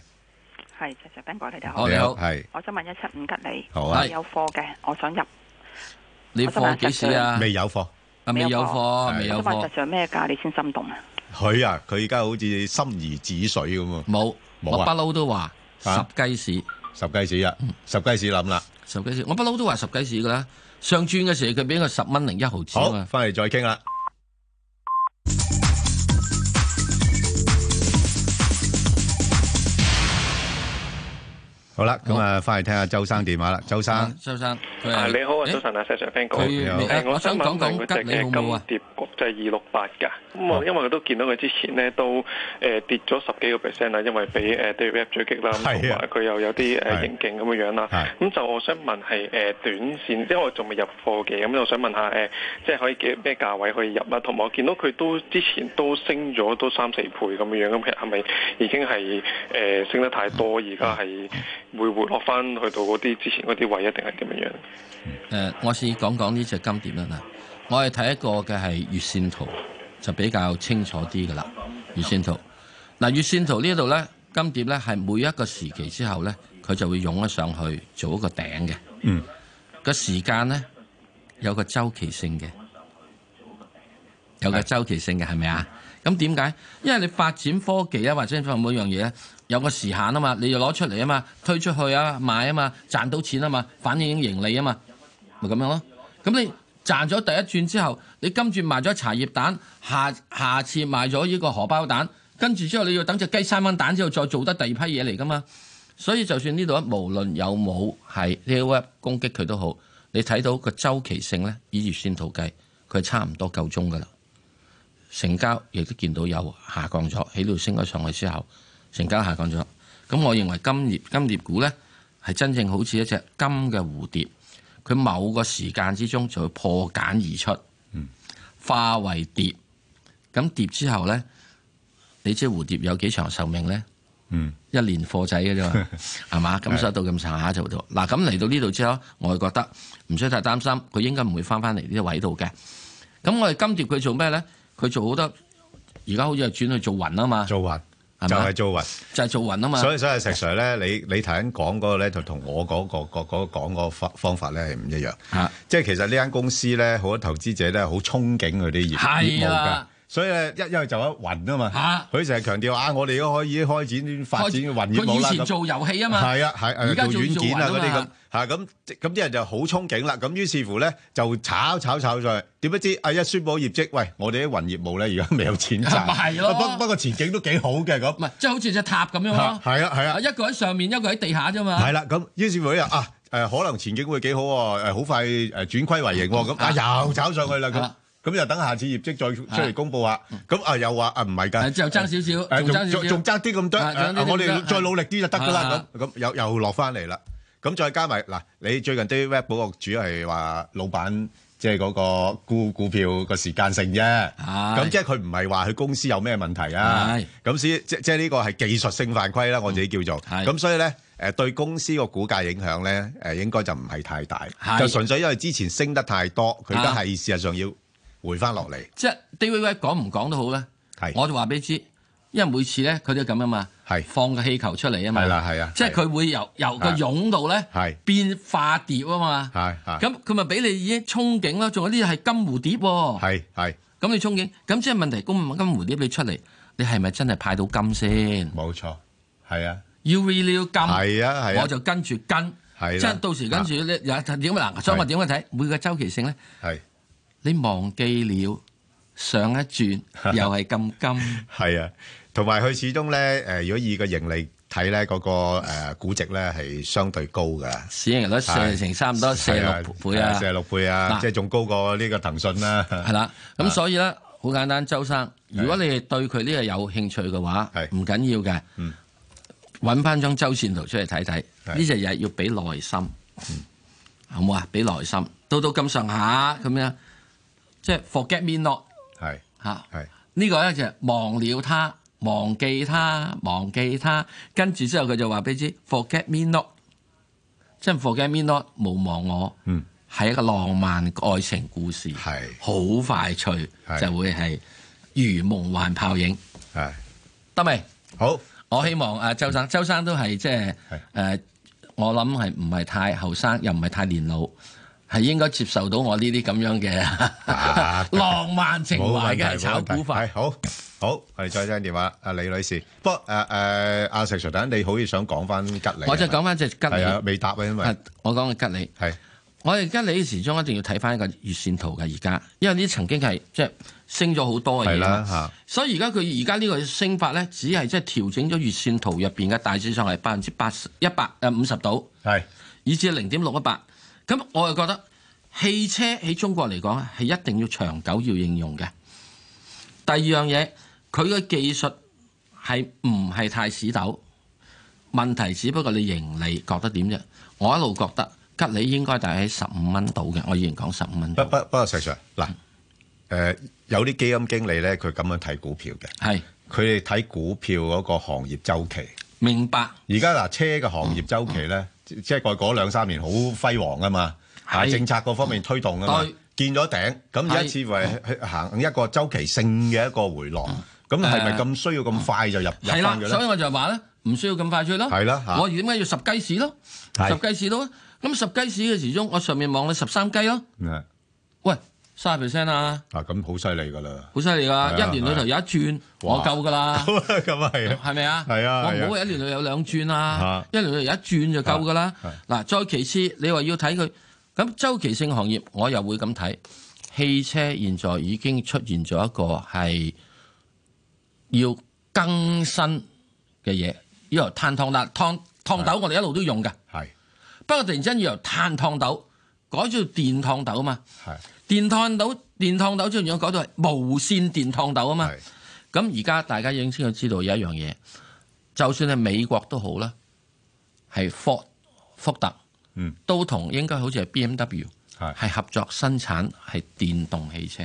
Speaker 10: 係石石 Ben 哥，你哋好。
Speaker 3: Dạ,
Speaker 4: 好你好
Speaker 3: 係
Speaker 10: 我想問一七五吉利，
Speaker 3: 好
Speaker 4: 啊
Speaker 10: 我有貨嘅，我想入，
Speaker 4: 你貨幾時啊？
Speaker 3: 未有貨，
Speaker 4: 啊，未有貨，啊未有
Speaker 10: 我想問
Speaker 4: 貨
Speaker 10: 實，上咩價你先心動啊？
Speaker 3: 佢啊佢而家好似心如止水咁啊，
Speaker 4: 冇，
Speaker 3: 冇啊
Speaker 4: 我不嬲都話十
Speaker 3: 啊
Speaker 4: 雞市，
Speaker 3: 十雞屎啊，十雞屎諗啦。
Speaker 4: 十雞市，我不嬲都話十雞市噶啦。上轉嘅時候佢俾個十蚊零一毫子啊
Speaker 3: 好，
Speaker 4: 嘛，
Speaker 3: 翻嚟再傾啦。好啦，咁啊，翻嚟聽下周生電話啦。周生
Speaker 4: 啊周生，佢
Speaker 7: 啊，
Speaker 4: 係
Speaker 7: 你好啊，
Speaker 4: 誒
Speaker 7: 早晨啊，石 Sir Ben 哥。
Speaker 4: 佢
Speaker 3: 你好
Speaker 4: 你
Speaker 7: 誒
Speaker 4: 誒，我想講講吉利好
Speaker 7: 嘅
Speaker 4: 唔好
Speaker 7: 金
Speaker 4: 啊？
Speaker 7: 蝶國際二六八㗎，咁
Speaker 3: 哦
Speaker 7: 我因為我都見到佢之前咧都誒跌咗十幾個 percent 啦，因為俾誒 d a v i 追擊啦，咁
Speaker 3: 係啊
Speaker 7: 同埋佢又有啲
Speaker 3: 係
Speaker 7: 誒刑警咁樣樣啦
Speaker 3: 係。
Speaker 7: 咁就我想問係誒短線，因為我仲未入貨嘅，咁我想問下誒，即係可以幾咩價位可以入啦？同埋我見到佢都之前都升咗都三四倍咁樣樣，咁係咪已經係誒升得太多？而家係會回落翻去到嗰啲之前嗰啲位，一啊定係點樣樣？
Speaker 4: 誒，呃我先講講呢只金碟啦嗱，我係睇一個嘅係月線圖，就比較清楚啲噶啦。月線圖嗱，月線圖呢度咧，金碟咧係每一個時期之後咧，佢就會湧咗上去做一個頂嘅。
Speaker 3: 嗯，
Speaker 4: 個時間咧有個周期性嘅，有個周期性嘅係咪啊？咁點解？因為你發展科技啊，或者做每樣嘢咧，有個時限啊嘛，你要攞出嚟啊嘛，推出去啊，賣啊嘛，賺到錢啊嘛，反映盈利啊嘛，咪咁樣咯。咁你賺咗第一轉之後，你今轉賣咗茶葉蛋，下下次賣咗呢個荷包蛋，跟住之後你要等只雞生翻蛋之後再做得第二批嘢嚟噶嘛。所以就算呢度無論有冇係 AOF 攻擊佢都好，你睇到個周期性咧，以月線圖計，佢係差唔多夠鐘噶啦。成交亦都見到有下降咗，喺呢度升咗上去之後，成交下降咗。咁我認為金業金業股呢，係真正好似一隻金嘅蝴蝶，佢某個時間之中就會破茧而出，
Speaker 3: 嗯
Speaker 4: 化為蝶。咁蝶之後呢，你知蝴蝶有幾長壽命呢？
Speaker 11: 嗯，
Speaker 4: 一年貨仔嘅啫 嘛，係嘛？咁所以到咁上下就到。嗱，咁嚟到呢度之後，我係覺得唔需要太擔心，佢應該唔會翻翻嚟呢個位度嘅。咁我哋金蝶佢做咩咧？佢做好多，而家好似係轉去做雲啊嘛。
Speaker 3: 做雲
Speaker 4: 係
Speaker 3: 就
Speaker 4: 咪
Speaker 3: 係做雲，
Speaker 4: 就係做雲啊嘛。
Speaker 3: 所以所以石 Sir 咧，你你頭先講嗰個咧，就同我嗰、個個嗰講個方方法咧係唔一樣。
Speaker 4: 啊，
Speaker 3: 即係其實呢間公司咧，好多投資者咧好憧憬佢啲業業
Speaker 4: 係
Speaker 3: 務㗎
Speaker 4: 啦。
Speaker 3: 所以咧，一因為就一雲啊嘛
Speaker 4: 嚇，
Speaker 3: 佢成日強調啊，我哋都可以開展啲發展嘅雲業
Speaker 4: 佢
Speaker 3: 務啦。
Speaker 4: 以前
Speaker 3: 咁
Speaker 4: 做遊戲啊嘛，
Speaker 3: 係啊，係
Speaker 4: 而
Speaker 3: 誒
Speaker 4: 家
Speaker 3: 做
Speaker 4: 做
Speaker 3: 軟件啊嗰
Speaker 4: 做雲
Speaker 3: 啲咁
Speaker 4: 嘛
Speaker 3: 嚇，咁咁啲人就好憧憬啦。咁於是乎咧就炒炒炒上去，點不知啊一宣佈業績，喂，我哋啲雲業務咧而家未有錢賺，
Speaker 4: 咪係咯
Speaker 3: 不不過前景都幾好嘅咁。
Speaker 4: 唔係即係好似隻塔咁樣
Speaker 3: 嚇
Speaker 4: 咯。
Speaker 3: 係啊係啊
Speaker 4: 啊，。一個喺上面，一個喺地下啫嘛。
Speaker 3: 係啦，咁於是乎咧啊，誒可能前景會幾好喎，誒好快誒轉虧為盈喎，咁啊又炒上去啦，
Speaker 4: 啊
Speaker 3: 咁咁就等下次業績再出
Speaker 4: 啊
Speaker 3: 嚟公佈下，咁啊又話啊唔係
Speaker 4: 誒，
Speaker 3: 㗎，
Speaker 4: 就爭少少，
Speaker 3: 誒
Speaker 4: 仲爭少
Speaker 3: 仲
Speaker 4: 少，
Speaker 3: 仲爭啲咁多，
Speaker 4: 啊
Speaker 3: 誒
Speaker 4: 仲爭啲咁多
Speaker 3: 我哋再努力啲就得㗎啦
Speaker 4: 啊，
Speaker 3: 咁咁又又落翻嚟啦，咁再加埋嗱，你最近啲 web 嗰個主係話老闆。即係嗰個股股票個時間性啫，咁即係佢唔係話佢公司有咩問題啊
Speaker 4: 係，
Speaker 3: 咁先即即係呢個係技術性犯規啦，我自己叫做。
Speaker 4: 係
Speaker 3: 咁所以咧，誒對公司個股價影響咧，誒應該就唔係太大，
Speaker 4: 係
Speaker 3: 就純粹因為之前升得太多，佢而家
Speaker 4: 啊
Speaker 3: 係事實上要回翻落嚟。
Speaker 4: 即係 David 講唔講都好咧。
Speaker 3: 係
Speaker 4: 我就話俾你知，因為每次咧佢都咁啊嘛，
Speaker 3: 係
Speaker 4: 放個氣球出嚟啊嘛，
Speaker 3: 係啦係啊
Speaker 4: 即係佢會由由個蛹度咧
Speaker 3: 係
Speaker 4: 變化蝶啊嘛，
Speaker 3: 係係
Speaker 4: 咁佢咪俾你已經憧憬啦，仲有呢啲係金蝴蝶喎，
Speaker 3: 係係
Speaker 4: 咁你憧憬，咁即係問題，金金蝴蝶你出嚟，你係咪真係派到金先
Speaker 3: 冇錯，係啊
Speaker 4: ？You really 要金，
Speaker 3: 係啊係啊
Speaker 4: 我就跟住跟，
Speaker 3: 係啦
Speaker 4: 即係到時跟住咧有點啊嗱，所以我點樣睇每個周期性咧？
Speaker 3: 係
Speaker 4: 你忘記了上一 轉又係咁金。
Speaker 3: 係啊，同埋佢始終咧誒，如果以個盈利睇咧，嗰個誒估值咧係相對高㗎。
Speaker 4: 市盈率四成差唔多四六倍啊，
Speaker 3: 四十六倍啊，
Speaker 4: 嗱
Speaker 3: 即係仲高過呢個騰訊啦。
Speaker 4: 係啦。
Speaker 3: 啊
Speaker 4: 咁所以咧，好簡單，周生，如果你係對佢呢個有興趣嘅話
Speaker 3: 係，
Speaker 4: 唔緊要嘅
Speaker 3: 嗯，
Speaker 4: 揾翻張周線圖出嚟睇睇。
Speaker 3: 係嗯
Speaker 4: 呢隻嘢要俾耐心，好唔好啊？俾耐心，到到咁上下咁樣，即係 forget me not
Speaker 3: 係
Speaker 4: 嚇。
Speaker 3: 係
Speaker 4: 呢個咧就係忘了他，忘記他，忘記他，跟住之後佢就話俾你知 forget me not，即係 forget me not 無忘我，
Speaker 3: 嗯
Speaker 4: 係一個浪漫愛情故事，
Speaker 3: 係
Speaker 4: 好快脆
Speaker 3: 係
Speaker 4: 就會係如夢幻泡影，
Speaker 3: 係
Speaker 4: 得未？
Speaker 3: 好
Speaker 4: 我希望啊，周生，周生都係即係
Speaker 3: 嗯係
Speaker 4: 誒，我諗係唔係太後生，又唔係太年老，係應該接受到我呢啲咁樣
Speaker 3: 啊
Speaker 4: 嘅 浪漫情懷嘅炒股法。
Speaker 3: 冇問題，冇問題。係，好，好，我哋再聽電話。阿李女士。不過，誒，誒，阿石Sir，等陣你好似想講返吉利，
Speaker 4: 我就講翻只吉利啊，
Speaker 3: 啊係咪？係啊，未答啊，因為。
Speaker 4: 啊我講嘅吉利。我哋吉利時鐘一定要睇翻個月線圖嘅而家，因為呢曾經係即係升咗好多嘅嘢
Speaker 3: 係啦嚇
Speaker 4: 所以而家佢而家呢個升法咧，只係即係調整咗月線圖入邊嘅大致上係百分之八十一百誒五十度，以至零點六一八。咁我又覺得汽車喺中國嚟講係一定要長久要應用嘅。第二樣嘢，佢嘅技術係唔係太屎斗？問題只不過你盈利覺得點啫？我一路覺得吉利應該大概喺十五蚊度嘅，我以前講十五蚊度
Speaker 3: 係。不-，不-不過，石Sir，嗱，誒，有啲基金經理呢，佢咁樣睇股票嘅。佢哋睇股票嗰個行業周期。而家嗱，車嘅行業
Speaker 4: 係明白。
Speaker 3: 周期呢，即-即係過去嗰兩三年好輝煌啊嘛，
Speaker 4: 係。
Speaker 3: 啊，政策嗰方面推動啊嘛，
Speaker 4: 對。
Speaker 3: 見咗頂，咁而家
Speaker 4: 係。
Speaker 3: 似乎係-係行一個周期性嘅一個回落。咁係咪咁需要咁快就入-
Speaker 4: 係啦，
Speaker 3: 入返佢呢？
Speaker 4: 所以我就話咧，唔需要咁快出咯。
Speaker 3: 係啦嚇
Speaker 4: 我點解要十雞屎咯？
Speaker 3: 係
Speaker 4: 十雞屎咯。咁十雞屎嘅時鐘，我上面望你十三雞咯。
Speaker 3: 啊
Speaker 4: 喂，三十 percent 啊！
Speaker 3: 啊，咁好犀利 噶啦！
Speaker 4: 好犀利
Speaker 3: 啊
Speaker 4: 噶，一年裏頭有一轉，
Speaker 3: 哇
Speaker 4: 我夠 噶啦，
Speaker 3: 咁啊，咁啊係啊，
Speaker 4: 係咪啊？
Speaker 3: 係啊係
Speaker 4: 我
Speaker 3: 啊
Speaker 4: 唔好話一年裏有兩轉啦
Speaker 3: 啊，
Speaker 4: 一年裏有一轉就夠噶啦
Speaker 3: 啊。
Speaker 4: 嗱，再其次，你話要睇佢咁周期性行業我又會咁睇，汽車現在已經出現咗一個係要更新嘅嘢，要由碳燙啦，燙燙斗我哋一路都用嘅，
Speaker 3: 係
Speaker 4: 不過突然之間要由碳燙斗改咗做電燙斗啊嘛，
Speaker 3: 係
Speaker 4: 電燙斗電燙斗將樣改到係無線電燙斗啊嘛，咁而家大家已經先知道有一樣嘢，就算係美國都好啦，係福福特。
Speaker 3: 嗯，
Speaker 4: 都同應該好似係 B M W
Speaker 3: 係
Speaker 4: 係合作生產係電動汽車，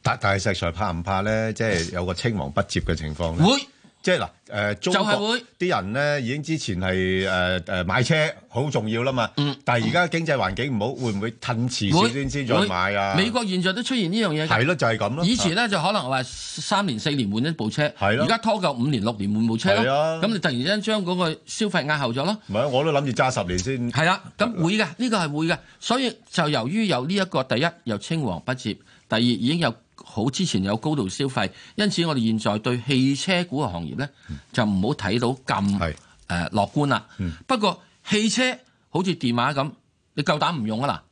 Speaker 3: 但但係石 Sir 怕唔怕咧？即係有個青黃不接嘅情況咧。
Speaker 4: 會
Speaker 3: 即係嗱，誒、中
Speaker 4: 就係
Speaker 3: 國
Speaker 4: 會
Speaker 3: 啲人咧已經之前係誒誒買車好重要啦嘛。
Speaker 4: 嗯
Speaker 3: 但係而家經濟環境唔好，會唔會褪遲少
Speaker 4: 會
Speaker 3: 先先再
Speaker 4: 會
Speaker 3: 買啊？
Speaker 4: 美國現在都出現呢樣嘢㗎
Speaker 3: 係。咯，就係咁咯。
Speaker 4: 以前咧就可能話三年四年換一部車，
Speaker 3: 係咯
Speaker 4: 而家拖夠五年六年換部車
Speaker 3: 係啊
Speaker 4: 咯。咁你突然之間將嗰個消費壓後咗咯。
Speaker 3: 唔係，我都諗住揸十年先。
Speaker 4: 係啦，咁會嘅，呢個係會嘅。所以就由於有呢、一個第一又青黃不接，第二已經有好之前有高度消費，因此我哋現在對汽車股嘅行業呢，就唔好睇到咁
Speaker 3: 嗯係
Speaker 4: 誒、呃、樂觀啦。
Speaker 3: 嗯
Speaker 4: 不過汽車好似電話咁，你夠膽唔用啊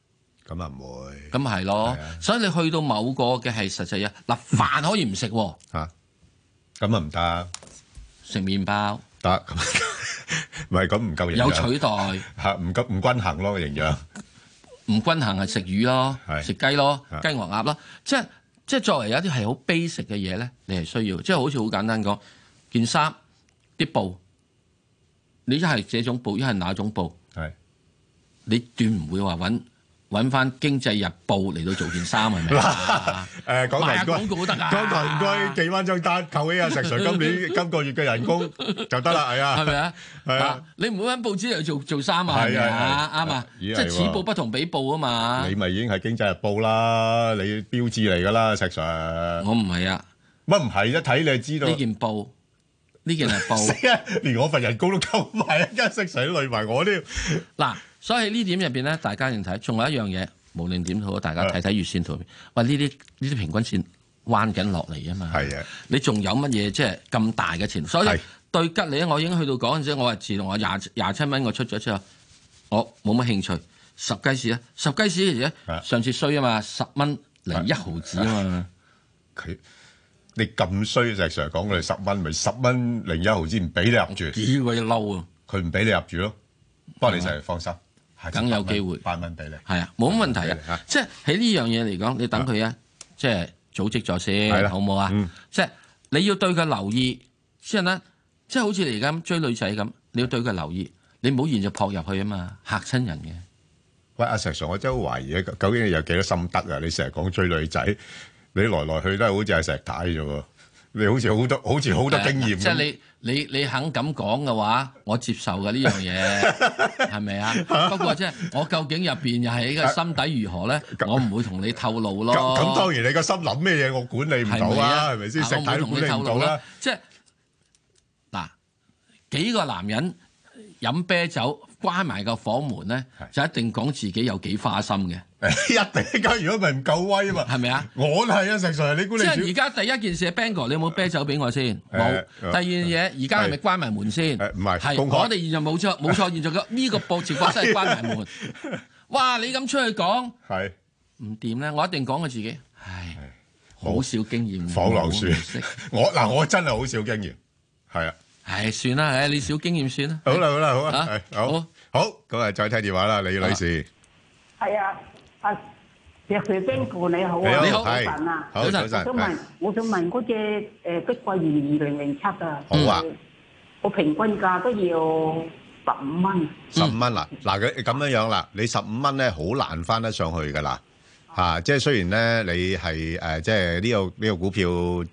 Speaker 3: 咁啊唔會
Speaker 4: 嗱，咁咪係咯
Speaker 3: 係啊。
Speaker 4: 所以你去到某個嘅係實際嘢，啊嗱飯可以唔食喎，
Speaker 3: 嚇，咁 啊唔得
Speaker 4: 食麵包
Speaker 3: 得，唔係咁唔夠營養。
Speaker 4: 有取代，
Speaker 3: 嚇，唔夠唔均衡咯個營養。
Speaker 4: 唔均衡係食魚咯，
Speaker 3: 係啊
Speaker 4: 食雞咯，
Speaker 3: 係
Speaker 4: 雞鵝鴨咯，即係即係作為有啲係好 basic 嘅嘢咧，你係需要，即係好似好簡單講，件衫啲布，你一係這種布，一係那種布，
Speaker 3: 係
Speaker 4: 你斷唔會話揾揾翻經濟日報嚟到做件衫係咪
Speaker 3: 嗱
Speaker 4: 啊？
Speaker 3: 誒講
Speaker 4: 賣
Speaker 3: 埋
Speaker 4: 下
Speaker 3: 句
Speaker 4: 廣告都得啊㗎，
Speaker 3: 講埋唔該，寄翻張單扣起阿石 Sir 今 年今個月嘅人工就得啦，係啊。
Speaker 4: 係咪啊？
Speaker 3: 係啊
Speaker 4: 啊，你唔會揾報紙嚟做做衫啊？係咪
Speaker 3: 係啊
Speaker 4: 啊？
Speaker 3: 係啊
Speaker 4: 啱啊！
Speaker 3: 咦
Speaker 4: 即
Speaker 3: 係
Speaker 4: 係
Speaker 3: 喎
Speaker 4: 此報不同彼報啊嘛。
Speaker 3: 你咪已經係經濟日報啦，你標誌嚟噶啦，石 Sir。
Speaker 4: 我唔係啊，
Speaker 3: 乜唔係一睇你就知道。
Speaker 4: 呢件布，呢件係布。
Speaker 3: 死啊！連我份人工都扣埋，一間石 Sir 都累埋我添。
Speaker 4: 嗱，所以呢點入邊咧，大家要睇，仲有一樣嘢，無論點都好，大家
Speaker 3: 啊
Speaker 4: 睇睇月線圖。喂，呢啲呢啲平均線彎緊落嚟啊嘛。
Speaker 3: 係啊，
Speaker 4: 你仲有乜嘢即係咁大嘅前途？所
Speaker 3: 係
Speaker 4: 以對吉利，我已經去到嗰陣時，我話自動我廿廿七蚊我出咗之後，我冇乜興趣。十雞屎咧，十雞屎嘅嘢
Speaker 3: 啊
Speaker 4: 呢，上次衰啊嘛，十蚊零一毫子啊嘛。
Speaker 3: 佢你咁衰，石 Sir 講佢哋十蚊，咪十蚊零一毫子唔俾你啊入住，
Speaker 4: 幾鬼嬲啊！
Speaker 3: 佢唔俾你入住咯。不過你成日放心，下次
Speaker 4: 梗有
Speaker 3: 八蚊
Speaker 4: 機會
Speaker 3: 八蚊俾你。
Speaker 4: 係啊，冇乜問題
Speaker 3: 嚇
Speaker 4: 啊。即係喺呢樣嘢嚟講，你等佢啊，即係組織咗
Speaker 3: 係啦
Speaker 4: 先，好唔好啊
Speaker 3: 嗯？
Speaker 4: 即係你要對佢留意先啦。即係好似你而家咁追女仔咁，你要對佢留意，你唔好現就撲入去啊嘛，嚇親人嘅。
Speaker 3: 喂，阿石 Sir，我真係好懷疑咧，究竟你有幾多心得啊？你成日講追女仔，你來來去都係好似係石太啫喎。你好似好多，好似好多經驗咁。
Speaker 4: 即係你你你肯咁講嘅話，我接受嘅呢樣 嘢係咪啊？不過即係我究竟入邊又係呢個心底如何咧，我唔會同你透露咯。
Speaker 3: 咁咁當然你個心諗咩嘢，我管理唔到啊，係咪先？
Speaker 4: 嗱
Speaker 3: 石
Speaker 4: 我唔
Speaker 3: 太
Speaker 4: 會
Speaker 3: 都
Speaker 4: 同
Speaker 3: 管
Speaker 4: 你
Speaker 3: 理
Speaker 4: 透
Speaker 3: 唔到
Speaker 4: 露
Speaker 3: 啦。。
Speaker 4: 即係嗱，幾個男人飲啤酒關埋個房門咧，就一定講自己有幾花心嘅，
Speaker 3: 一定梗，如果唔係唔夠威啊嘛。
Speaker 4: 係 咪啊？
Speaker 3: 我都係啊，石 Sir，你管
Speaker 4: 即
Speaker 3: 理
Speaker 4: 係而
Speaker 3: 處
Speaker 4: 家第一件事，Bang 哥，你有冇啤酒俾我先？冇
Speaker 3: 誒。
Speaker 4: 第二樣嘢，而家係咪
Speaker 3: 係
Speaker 4: 關埋門先？
Speaker 3: 誒唔係公開
Speaker 4: 我哋現在冇錯，冇錯，現在嘅呢個報情況真係關 埋門。哇！你咁出去講
Speaker 3: 係
Speaker 4: 唔掂咧，我一定講我自己。唉，好
Speaker 3: 冇
Speaker 4: 少經驗，
Speaker 3: 房
Speaker 4: 冇
Speaker 3: 樓樹
Speaker 4: 唔識。
Speaker 3: 我嗱，我真係好少經驗，係啊。
Speaker 4: 唉，算啦，唉，你少經驗算啦。
Speaker 3: 好啦，好啦，好啊，
Speaker 4: 啊
Speaker 3: 係好
Speaker 4: 好，
Speaker 3: 好咁啊，再聽電話啦，李女士，
Speaker 12: 系啊，阿石 Sir 冰姑你好啊，
Speaker 4: 你好
Speaker 12: 早
Speaker 3: 係
Speaker 12: 晨啊，
Speaker 3: 好
Speaker 4: 早
Speaker 3: 早
Speaker 4: 晨
Speaker 12: 我
Speaker 3: 晨
Speaker 12: 想，
Speaker 3: 係
Speaker 12: 問，我想問嗰只誒碧桂園二零零七啊，
Speaker 3: 好啊
Speaker 12: 誒，我平均價都要十五蚊，
Speaker 3: 十五蚊啦，嗱佢咁樣樣啦，你十五蚊咧好難翻得上去噶啦，嚇！即係雖然咧你係誒，即係呢個呢個股票誒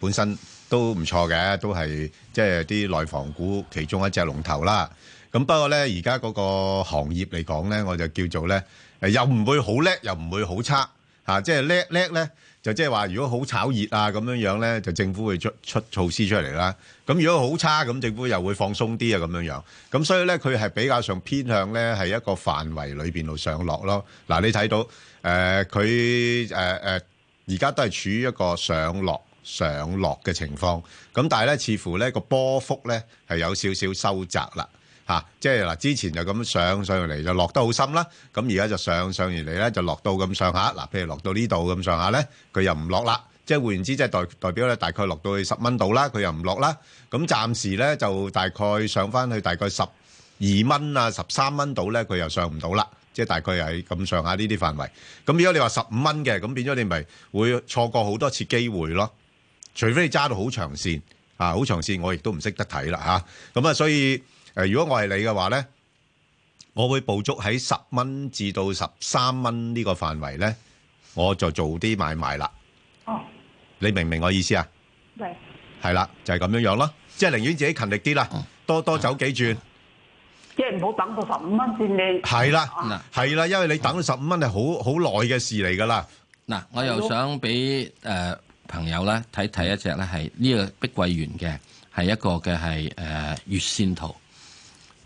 Speaker 3: 本身都唔錯嘅，都係即係啲內房股其中一隻龍頭啦。咁不過咧，而家嗰個行業嚟講咧，我就叫做咧誒，又唔會好叻，又唔會好差嚇，即係叻叻咧。就即係話，如果好炒熱啊咁樣樣咧，就政府會出出措施出嚟啦。咁如果好差，咁政府又會放鬆啲啊咁樣樣。咁所以咧，佢係比較上偏向咧係一個範圍裏邊度上落咯。嗱，你睇到誒佢誒誒而家都係處於一個上落上落嘅情況。咁但係咧，似乎咧個波幅咧係有少少收窄啦。嚇，嚇，即係嗱，之前就咁上上嚟就落得好深啦，咁而家就上上而嚟咧就落到咁上下，嗱，譬如落到呢度咁上下咧，佢又唔落啦，即係換言之，即係代代表咧大概落到去十蚊度啦，佢又唔落啦，咁暫時咧就大概上翻去大概十二蚊啊十三蚊度咧，佢又上唔到啦，即係大概係咁上下呢啲範圍。咁如果你話十五蚊嘅，咁變咗你咪會錯過好多次機會咯。除非你揸到好長線啊，好長線我亦都唔識得睇啦嚇。咁啊，所以誒、呃如果我係你嘅話咧，我會捕捉喺十蚊至到十三蚊呢個範圍咧，我就做啲買賣啦。
Speaker 6: 哦，
Speaker 3: 你明唔明我意思啊？
Speaker 6: 喂，
Speaker 3: 係啦，就係、咁樣樣咯，即係寧願自己勤力啲啦，多多走幾轉。
Speaker 6: 即係唔好等到十五蚊先你。
Speaker 3: 係啦，係啦，因為你等到十五蚊係好好耐嘅事嚟㗎啦。
Speaker 4: 嗱，我又想俾誒、呃朋友咧睇睇一隻咧係呢個碧桂園嘅，係一個嘅係誒月線圖。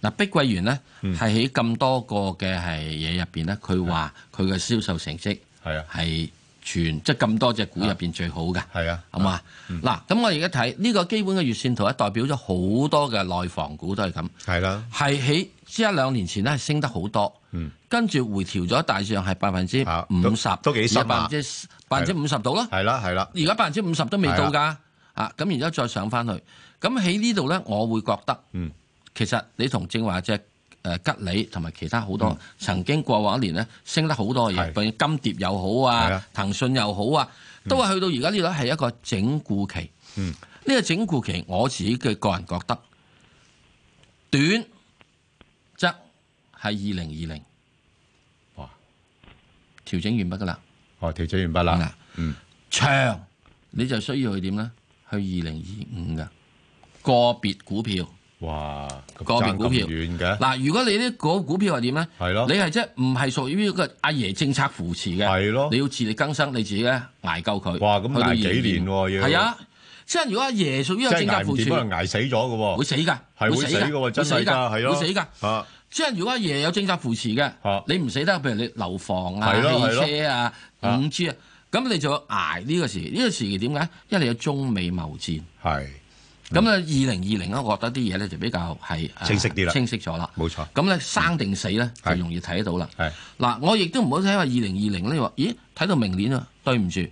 Speaker 4: 嗱，碧桂園咧係喺咁多個嘅係嘢入邊咧，佢話佢嘅銷售成績係啊係全即係咁多隻股入邊最好嘅。
Speaker 3: 係啊，
Speaker 4: 好嘛？嗱，咁我而家睇呢個基本嘅月線圖咧，代表咗好多嘅內房股都係咁。
Speaker 3: 係啦，
Speaker 4: 係喺即一兩年前咧係升得好多，
Speaker 3: 嗯
Speaker 4: 跟住回調咗大致上係百分之五十，
Speaker 3: 都幾深啊
Speaker 4: 而家百分之百分之五十到啦。
Speaker 3: 係啦，係啦。
Speaker 4: 而家百分之五十都未
Speaker 3: 係
Speaker 4: 到㗎，啊咁然之後再上翻去，咁喺呢度咧，我會覺得，嗯，其實你同正話只誒吉利同埋其他好
Speaker 3: 嗯
Speaker 4: 多曾經過往一年咧升得好多嘢，譬如金蝶又好
Speaker 3: 係
Speaker 4: 啊
Speaker 3: 啊，
Speaker 4: 騰訊又好啊，都係去到而家呢度係一個整固期。
Speaker 3: 嗯，
Speaker 4: 呢個整固期我自己嘅個人覺得短則係二零二零，
Speaker 3: 哇，
Speaker 4: 調整完畢㗎啦。啊
Speaker 3: 哦，調整完畢啦。嗯，
Speaker 4: 長你就需要去點咧？去二零二五㗎個別股票。
Speaker 3: 哇，咁
Speaker 4: 個別股票
Speaker 3: 爭咁遠嘅。
Speaker 4: 嗱，如果你呢個股票係點咧？
Speaker 3: 啊係咯
Speaker 4: 你係即係唔係屬於呢個阿爺政策扶持嘅？係
Speaker 3: 咯，
Speaker 4: 你要自力更生，你自己咧捱夠佢。
Speaker 3: 哇，咁
Speaker 4: 去到
Speaker 3: 捱幾
Speaker 4: 2025
Speaker 3: 年喎要
Speaker 4: 係啊，即係如果阿爺屬於有
Speaker 3: 即係
Speaker 4: 政策
Speaker 3: 捱唔
Speaker 4: 扶持
Speaker 3: 掂，可，能捱死咗嘅喎。
Speaker 4: 會死㗎，
Speaker 3: 係會死
Speaker 4: 㗎
Speaker 3: 嘅喎，真係
Speaker 4: 會死
Speaker 3: 㗎，係咯，
Speaker 4: 會死㗎。
Speaker 3: 啊，
Speaker 4: 即係如果阿爺有政策扶持嘅，你唔死得，譬如你樓房啊、
Speaker 3: 係咯
Speaker 4: 汽車啊、
Speaker 3: 係咯
Speaker 4: 五 G 啊，咁你就要捱呢個時期。呢、個時期點解？因為你有中美貿戰。
Speaker 3: 係。
Speaker 4: 咁啊咧，二零二零咧，我覺得啲嘢咧就比較係呃
Speaker 3: 清晰啲啦
Speaker 4: 清晰咗啦。
Speaker 3: 冇錯。
Speaker 4: 咁咧生定死咧就容易睇得到啦。
Speaker 3: 係
Speaker 4: 嗱，我亦都唔好睇話二零二零咧話，咦睇到明年啊，對唔住，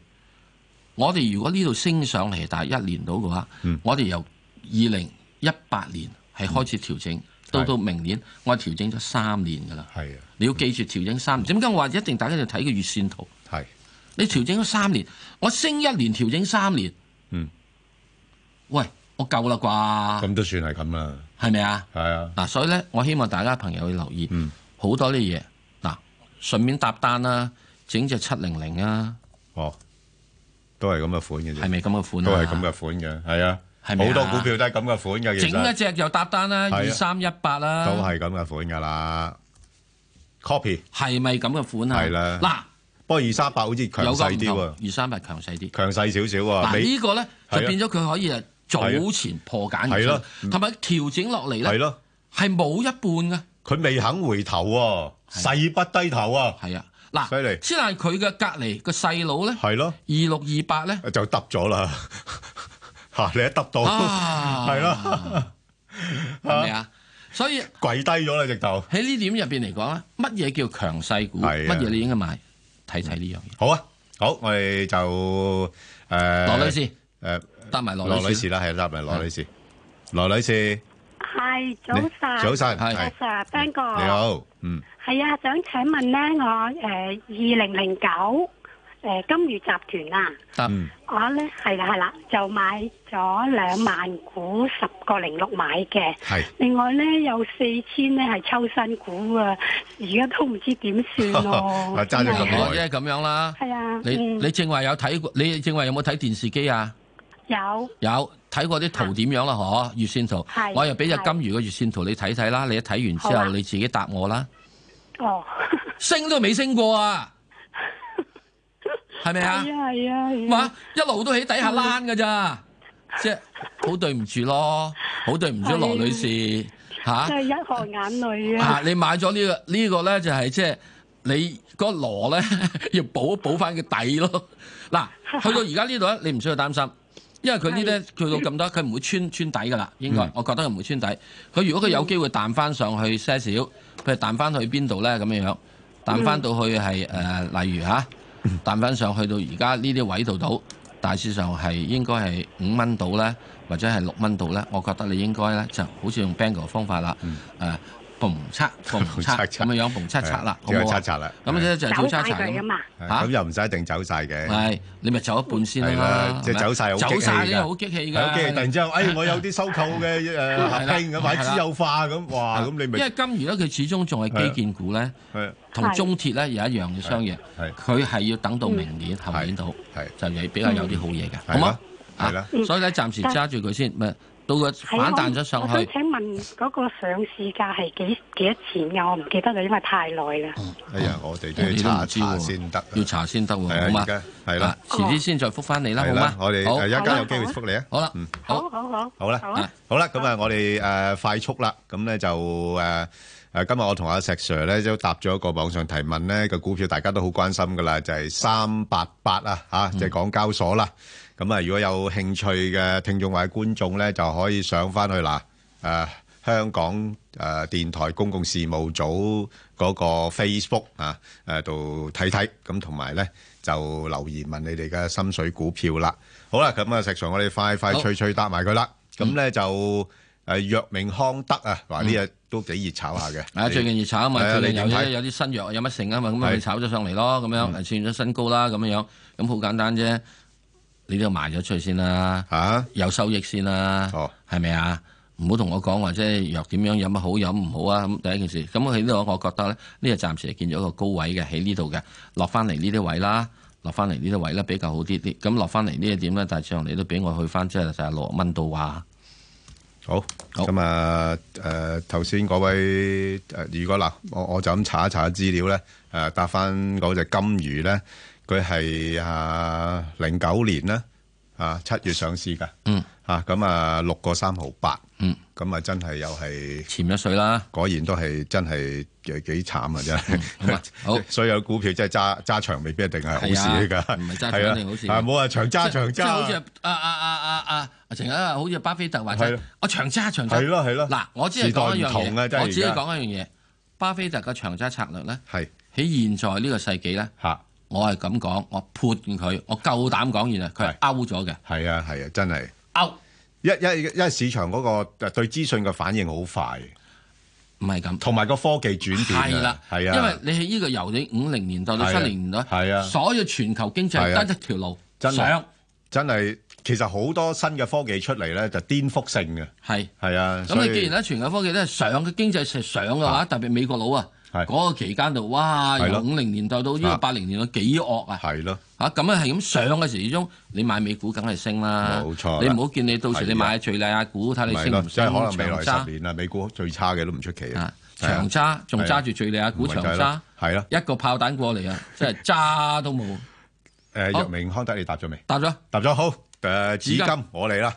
Speaker 4: 我哋如果呢度升上嚟，但係一年到嘅話，
Speaker 3: 嗯
Speaker 4: 我哋由二零一八年係開始調
Speaker 3: 嗯
Speaker 4: 整，到到明年我係調整咗三年㗎啦。
Speaker 3: 係啊，
Speaker 4: 你要記住調整三
Speaker 3: 嗯
Speaker 4: 年。點解我話一定大家要睇個月線圖？
Speaker 3: 係啊
Speaker 4: 你調整咗三年，我升一年調整三年，
Speaker 3: 嗯，
Speaker 4: 喂，我夠啦啩？
Speaker 3: 咁都算係咁啦。
Speaker 4: 係咪啊？
Speaker 3: 係啊。
Speaker 4: 嗱，所以咧，我希望大家朋友要留意，
Speaker 3: 嗯
Speaker 4: 好、多啲嘢。嗱，順便搭單啦，整隻七零零啊，
Speaker 3: 哦，都係咁嘅款嘅啫。
Speaker 4: 係咪咁嘅款啊
Speaker 3: 都係咁嘅款嘅，係啊。
Speaker 4: 係咪啊
Speaker 3: 好多股票都係咁嘅款嘅，其
Speaker 4: 整
Speaker 3: 實
Speaker 4: 一隻又搭單啦，
Speaker 3: 係啊
Speaker 4: 二三一八啦，
Speaker 3: 都係咁嘅款㗎啦。copy
Speaker 4: 係咪咁嘅款啊？
Speaker 3: 係啦。
Speaker 4: 嗱，
Speaker 3: 不過二三八好似強
Speaker 4: 有個
Speaker 3: 勢
Speaker 4: 唔
Speaker 3: 啲
Speaker 4: 同，
Speaker 3: 喎，
Speaker 4: 二三八強勢啲。
Speaker 3: 強勢少少喎。
Speaker 4: 嗱，
Speaker 3: 美
Speaker 4: 呢個咧
Speaker 3: 係啊
Speaker 4: 就變咗佢可以係早前破解
Speaker 3: 係
Speaker 4: 咗
Speaker 3: 咯，嗯
Speaker 4: 同埋調整落嚟咧，
Speaker 3: 係咯，
Speaker 4: 係冇一半嘅。
Speaker 3: 佢未肯回頭喎，勢不低頭啊。
Speaker 4: 係啊，嗱，
Speaker 3: 犀利。
Speaker 4: 先係佢嘅隔離個細佬咧，
Speaker 3: 係咯，
Speaker 4: 二六二八咧
Speaker 3: 就揼咗啦。 嚇你一揼到，
Speaker 4: 啊
Speaker 3: 哦係咯，
Speaker 4: 係咪啊？所以
Speaker 3: 跪低咗啦，直頭。
Speaker 4: 喺呢點入邊嚟講咧，乜嘢叫強勢股？
Speaker 3: 係
Speaker 4: 乜
Speaker 3: 啊
Speaker 4: 嘢你應該買？睇睇呢樣嘢。
Speaker 3: 好啊，好，我哋就誒
Speaker 4: 羅女士，
Speaker 3: 誒
Speaker 4: 搭埋羅女士
Speaker 3: 羅女士啦，係搭埋羅女士，羅女士，
Speaker 13: 系早晨，
Speaker 3: 早晨係
Speaker 13: 早晨，Ben 哥，
Speaker 3: 你，好，嗯，
Speaker 13: 系啊，想請問咧，我诶二零零九诶金魚集團啊，
Speaker 4: 搭
Speaker 3: 嗯
Speaker 13: 我咧係啦係啦，就買咗兩萬股十個零六買嘅，
Speaker 3: 係
Speaker 13: 另外咧有四千咧係抽新股啊，而家都唔知點 算咯，
Speaker 3: 揸咗咁耐
Speaker 4: 我即係咁樣啦。
Speaker 13: 係啊，
Speaker 4: 你
Speaker 13: 嗯
Speaker 4: 你正話有睇過？你正話有冇睇電視機啊？
Speaker 13: 有
Speaker 4: 有睇過啲圖點樣啦？嗬，月線圖
Speaker 13: 啊係，
Speaker 4: 我又俾只金魚嘅月線圖你睇睇啦。你一睇完之
Speaker 13: 好
Speaker 4: 後，
Speaker 13: 啊
Speaker 4: 你自己答我啦。
Speaker 13: 哦，
Speaker 4: 升都未升過 啊，係咪啊？
Speaker 13: 係啊係啊係啊
Speaker 4: 嘛，，一路都喺底下躝㗎咋，即係好對唔住咯，好對唔住羅女士嚇。
Speaker 13: 真係一河眼淚
Speaker 4: 啊
Speaker 13: 啊！！
Speaker 4: 你買咗呢、個呢、個咧就係即係你嗰個 螺咧要補補翻個底咯。嗱，去到而家呢度咧，你唔需要擔心。因為佢呢啲去到咁多，佢唔會穿 穿底噶啦，應該，
Speaker 14: 嗯
Speaker 4: 我覺得佢唔會穿底。佢如果佢有機會彈翻上去些少，譬如彈翻去邊度咧咁樣樣，彈翻到去係誒、
Speaker 3: 嗯
Speaker 4: 呃例如嚇，彈翻上去到而家呢啲位度到，大致上係應該係五蚊到咧，或者係六蚊到咧，我覺得你應該咧就好似用 b a n g o 方法啦，
Speaker 3: 嗯
Speaker 4: 誒逢 測逢測咁樣樣逢測測啦，好
Speaker 3: 即係
Speaker 4: 唔好啊
Speaker 3: 測測啦
Speaker 4: 咁咧就係
Speaker 13: 走
Speaker 4: 做
Speaker 13: 晒
Speaker 4: 測測
Speaker 13: 佢啊
Speaker 4: 咁
Speaker 13: 嘛。
Speaker 4: 嚇
Speaker 3: 咁又唔使一定走晒嘅。
Speaker 4: 係，你咪走一半先啦
Speaker 3: 即係
Speaker 4: 係咪
Speaker 3: 走晒好激氣
Speaker 4: 走晒
Speaker 3: 㗎
Speaker 4: 呢好激氣㗎
Speaker 3: 係好激氣突然之間，哎，我有啲收購嘅誒合
Speaker 4: 係啦
Speaker 3: 併咁，買私有化咁，哇，啊咁你咪
Speaker 4: 啊
Speaker 3: 啊
Speaker 4: 因為金魚咧，佢始終仲係基建股咧，同中鐵咧有一樣嘅商嘢，佢係要等到明年後年度，
Speaker 3: 嗯
Speaker 4: 就係比較有啲好嘢嘅，好嗎？係啦
Speaker 13: 嗯
Speaker 4: 所以咧暫時揸住佢先，咪到個
Speaker 13: 係
Speaker 4: 反
Speaker 13: 啊
Speaker 4: 彈咗上
Speaker 13: 我想
Speaker 4: 去，
Speaker 13: 請問嗰個上市價係幾幾多錢㗎？我唔記得啦，因為太耐啦。
Speaker 3: 哎呀，我哋
Speaker 4: 嗯
Speaker 3: 都要查一查先得，
Speaker 4: 要查先得
Speaker 3: 係啊
Speaker 4: 喎，好嘛
Speaker 3: 而家？係啦
Speaker 4: 啊遲
Speaker 13: 哦
Speaker 4: 啲先再覆翻你啦，好
Speaker 3: 係啦，
Speaker 4: 嗎？
Speaker 3: 我哋，
Speaker 4: 好
Speaker 3: 誒，一間有機會覆你啊。
Speaker 4: 好啦，
Speaker 13: 好好好，
Speaker 3: 好啦，
Speaker 13: 啊
Speaker 3: 呃好啦，咁啊，我哋，誒，快速啦，咁呢就，誒，誒，今日我同阿石Sir呢，就答咗一個網上提問呢，個股票大家都好關心㗎啦，就係388啦，吓，即係港交所啦。咁啊，如果有興趣嘅聽眾或者觀眾呢，就可以上返去嗱，誒，香港，誒，電台公共事務組嗰個Facebook，啊，誒，度睇睇，咁同埋呢，就留言問你哋嘅心水股票啦。好啦，咁啊，石Sir，我哋快快
Speaker 4: 好。嗯
Speaker 3: 脆脆答埋佢啦。咁呢，就，誒，藥明康德啊，哇，呢隻都幾熱炒下嘅。
Speaker 4: 啊，最近熱炒啊嘛，
Speaker 3: 係啊，
Speaker 4: 最近
Speaker 3: 你
Speaker 4: 有
Speaker 3: 點睇？
Speaker 4: 啲有啲新藥有乜成啊嘛，咁啊
Speaker 3: 係嗯
Speaker 4: 佢炒咗上嚟咯，咁樣誒創咗新高啦，咁樣咁好簡單啫，你都要賣咗出去先啦，
Speaker 3: 嚇
Speaker 4: 有收益先啦，係咪啊？唔好同我講話即係藥點樣有乜好有乜唔好啊！咁第一件事，咁喺呢度我覺得咧，呢個暫時係見咗一個高位嘅喺呢度嘅，落翻嚟呢啲位啦，落翻嚟呢啲位啦比較好啲啲。咁落翻嚟呢一點咧，大致上你都俾我去翻即係就係六蚊到啊。
Speaker 3: 好，咁啊，誒，頭先嗰位，誒，如果嗱，我-我就咁查一查資料呢，誒，答返嗰隻金魚呢，佢係，啊，09年啦，啊，7月上市㗎。
Speaker 4: 嗯。
Speaker 3: 啊，咁啊，6.3毫八。
Speaker 4: 嗯。
Speaker 3: 咁啊，真係又係-
Speaker 4: 潛咗水啦。果然都係真係幾
Speaker 3: 幾
Speaker 4: -
Speaker 3: 慘啊，真係。
Speaker 4: 嗯 所有股票真係揸-
Speaker 3: 揸長未必一定係好事嚟㗎。
Speaker 4: 係啊，唔係揸長
Speaker 3: 係啊，
Speaker 4: 一定好事。
Speaker 3: 啊，冇話長揸，
Speaker 4: 即
Speaker 3: 長
Speaker 4: 係-
Speaker 3: 揸。
Speaker 4: 即係好似-啊啊啊啊啊啊！成日好似巴菲特話
Speaker 3: 係
Speaker 4: 齋
Speaker 3: 咯，
Speaker 4: 我長揸長揸。
Speaker 3: 係咯係咯
Speaker 4: 嗱，我只係講
Speaker 3: 時
Speaker 4: 一樣
Speaker 3: 代唔同啊真
Speaker 4: 嘢，
Speaker 3: 係
Speaker 4: 我只
Speaker 3: 而
Speaker 4: 係
Speaker 3: 家
Speaker 4: 講一樣嘢。巴菲特嘅長揸策略咧，係喺現在呢個世紀咧，我係咁講，我潑佢，我夠膽講原來佢係 out 咗嘅。
Speaker 3: 係啊係啊，真係
Speaker 4: out。
Speaker 3: 一一一市場嗰個呃對資訊嘅反應好快，
Speaker 4: 唔係咁，
Speaker 3: 同埋個科技轉變啊
Speaker 4: 係啦，
Speaker 3: 係啊，
Speaker 4: 因為你喺呢個由你五零年代到七零年代，
Speaker 3: 係啊，
Speaker 4: 所有全球經濟
Speaker 3: 係啊
Speaker 4: 得一條路
Speaker 3: 真係
Speaker 4: 上。
Speaker 3: 真係其實好多新嘅科技出嚟咧，就顛覆性嘅，
Speaker 4: 係
Speaker 3: 係啊，
Speaker 4: 咁你既然咧全球科技都係上嘅經濟係上嘅話，特別美國佬啊，嗰個期間度，哇，
Speaker 3: 係
Speaker 4: 由
Speaker 3: 咯啊
Speaker 4: 五零年代到呢個八零年代幾惡啊！
Speaker 3: 係咯，
Speaker 4: 嚇咁啊係咁上嘅時鐘，你買美股梗係升啦，
Speaker 3: 冇錯啦
Speaker 4: 你唔好見你到時
Speaker 3: 係啊
Speaker 4: 你買敍利亞股睇你
Speaker 3: 咪
Speaker 4: 升
Speaker 3: 咯，
Speaker 4: 唔
Speaker 3: 即
Speaker 4: 升，
Speaker 3: 係可能未來
Speaker 4: 長
Speaker 3: 十年啊，美股最差嘅都唔出奇啊，
Speaker 4: 揸長揸仲揸住敍利亞股長揸，
Speaker 3: 係咯，
Speaker 4: 一個炮彈 過嚟啊，即係揸都冇。
Speaker 3: 誒
Speaker 4: 好
Speaker 3: 藥明康德你答咗未？
Speaker 4: 答咗，
Speaker 3: 答咗好。誒
Speaker 4: 紫金
Speaker 3: 紙金我嚟啦，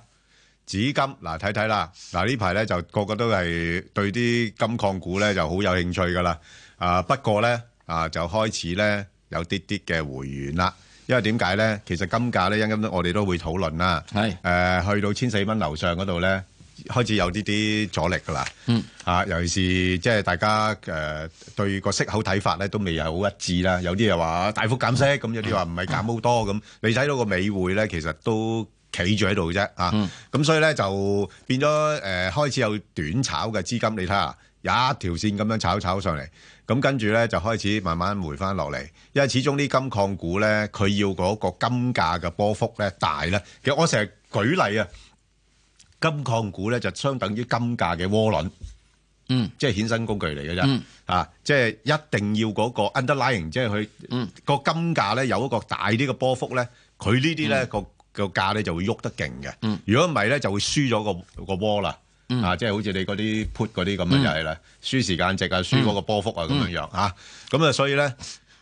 Speaker 3: 紙金嗱睇睇啦，嗱呢排咧就個個都係對啲金礦股咧就好有興趣噶啦。啊不過咧啊就開始咧有啲啲嘅回軟啦，因為點解咧？其實金價咧一陣間都我哋都會討論啦。
Speaker 4: 係
Speaker 3: 誒去到千四蚊樓上嗰度咧，開始有啲啲阻力噶啦。
Speaker 4: 嗯。
Speaker 3: 啊，尤其是即係大家誒、呃、對個息口睇法咧，都未係好一致啦。有啲又話大幅減息，咁有啲話唔係減好多咁。你睇到個美匯咧，其實都企住喺度啫啊。咁、所以咧就變咗誒、呃、開始有短炒嘅資金，你睇下有一條線咁樣炒炒上嚟，咁跟住咧就開始慢慢回翻落嚟。因為始終啲金礦股咧，佢要嗰個金價嘅波幅咧大咧。其實我成日舉例啊，金礦股咧就相等於金價嘅窩輪。
Speaker 4: 嗯，
Speaker 3: 即係衍生工具嚟嘅啫。
Speaker 4: 嗯
Speaker 3: 啊，即係一定要嗰個 underlying，即係佢個金價咧有一個大啲嘅波幅咧，佢呢啲咧個個價咧就會喐得勁嘅。
Speaker 4: 嗯
Speaker 3: 如果唔係咧，就會輸咗個個窩啦。啊，即係好似你嗰啲 put 嗰啲咁樣
Speaker 4: 嗯
Speaker 3: 就係啦，輸時間值啊，輸嗰個波幅啊咁樣樣啊。咁啊，所以咧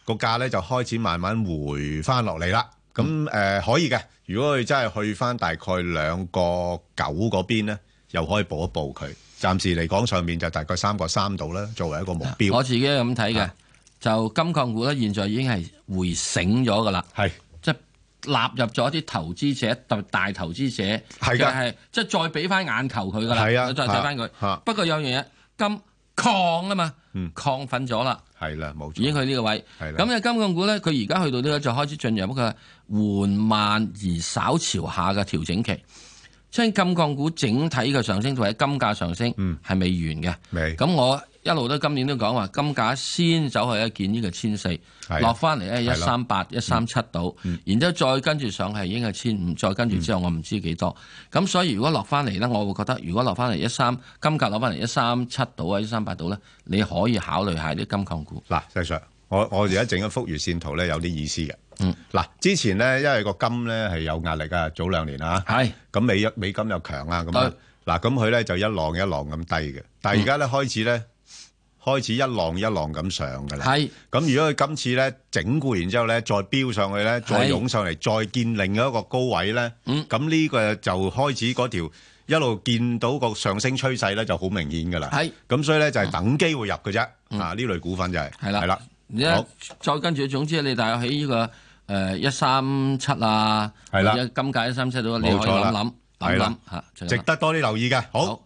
Speaker 3: 個價咧就開始慢慢回翻落嚟啦。咁誒、呃
Speaker 4: 嗯
Speaker 3: 可以嘅，如果佢真係去翻大概兩個九嗰邊咧，又可以補一補佢。暫時嚟講，上面就大概三個三度啦，作為一個目標。
Speaker 4: 我自己係
Speaker 3: 啊
Speaker 4: 咁睇嘅，就金礦股咧，現在已經係回醒咗噶啦，
Speaker 3: 係
Speaker 4: 即係納入咗啲投資者，特別大投資者，
Speaker 3: 係㗎
Speaker 4: 就係即係再俾翻眼球佢噶啦，
Speaker 3: 係啊
Speaker 4: 再睇翻
Speaker 3: 嚇
Speaker 4: 佢。不過有樣嘢金抗啊嘛，
Speaker 3: 嗯
Speaker 4: 亢奮咗啦，
Speaker 3: 係啦，冇錯，
Speaker 4: 已經去呢個位。
Speaker 3: 係啦
Speaker 4: 咁你啊金控股咧，佢而家去到呢個就開始進入一個緩慢而稍朝下嘅調整期。所以金礦股整體嘅上升或者金價上升
Speaker 3: 嗯
Speaker 4: 係未完嘅。咁我一路都今年都講話金價先走去一見呢個千四，落翻嚟咧一
Speaker 3: 啊係嗯啦
Speaker 4: 三八、一三七度，然之後再跟住上係已經係千五，再跟住之後我唔知幾多。咁所以如果落翻嚟咧，我會覺得如果落翻嚟一三金價落翻嚟一三七度啊，一三八度咧，你可以考慮下啲金礦股。
Speaker 3: 嗱，石 Sir，我我而家整一幅月線圖咧，有啲意思嘅。
Speaker 4: 嗯，
Speaker 3: 嗱，之前咧，因為個金咧係有壓力啊，早兩年啊，
Speaker 4: 係
Speaker 3: 咁美美金又強啊，咁啊，嗱，咁佢咧就一浪一浪咁低嘅，但係而家咧開始咧開始一浪一浪咁上㗎啦。
Speaker 4: 係，
Speaker 3: 咁如果佢今次咧整固完之後咧，再飆上去咧，再
Speaker 4: 係
Speaker 3: 湧上嚟，再見另一個高位咧，咁呢個就開始嗰條一路見到個上升趨勢咧就好明顯㗎啦。
Speaker 4: 係，
Speaker 3: 咁所以咧就係等機會入嘅啫。啊，呢類股份就係係啦，係啦。
Speaker 4: 你一再跟住，總之你大概喺呢個誒一三七啊，
Speaker 3: 係啦
Speaker 4: 或者金價一三七度，你可以
Speaker 3: 冇錯啦，
Speaker 4: 諗諗諗
Speaker 3: 係啦，
Speaker 4: 諗嚇，就係咁
Speaker 3: 值得多啲留意嘅。好，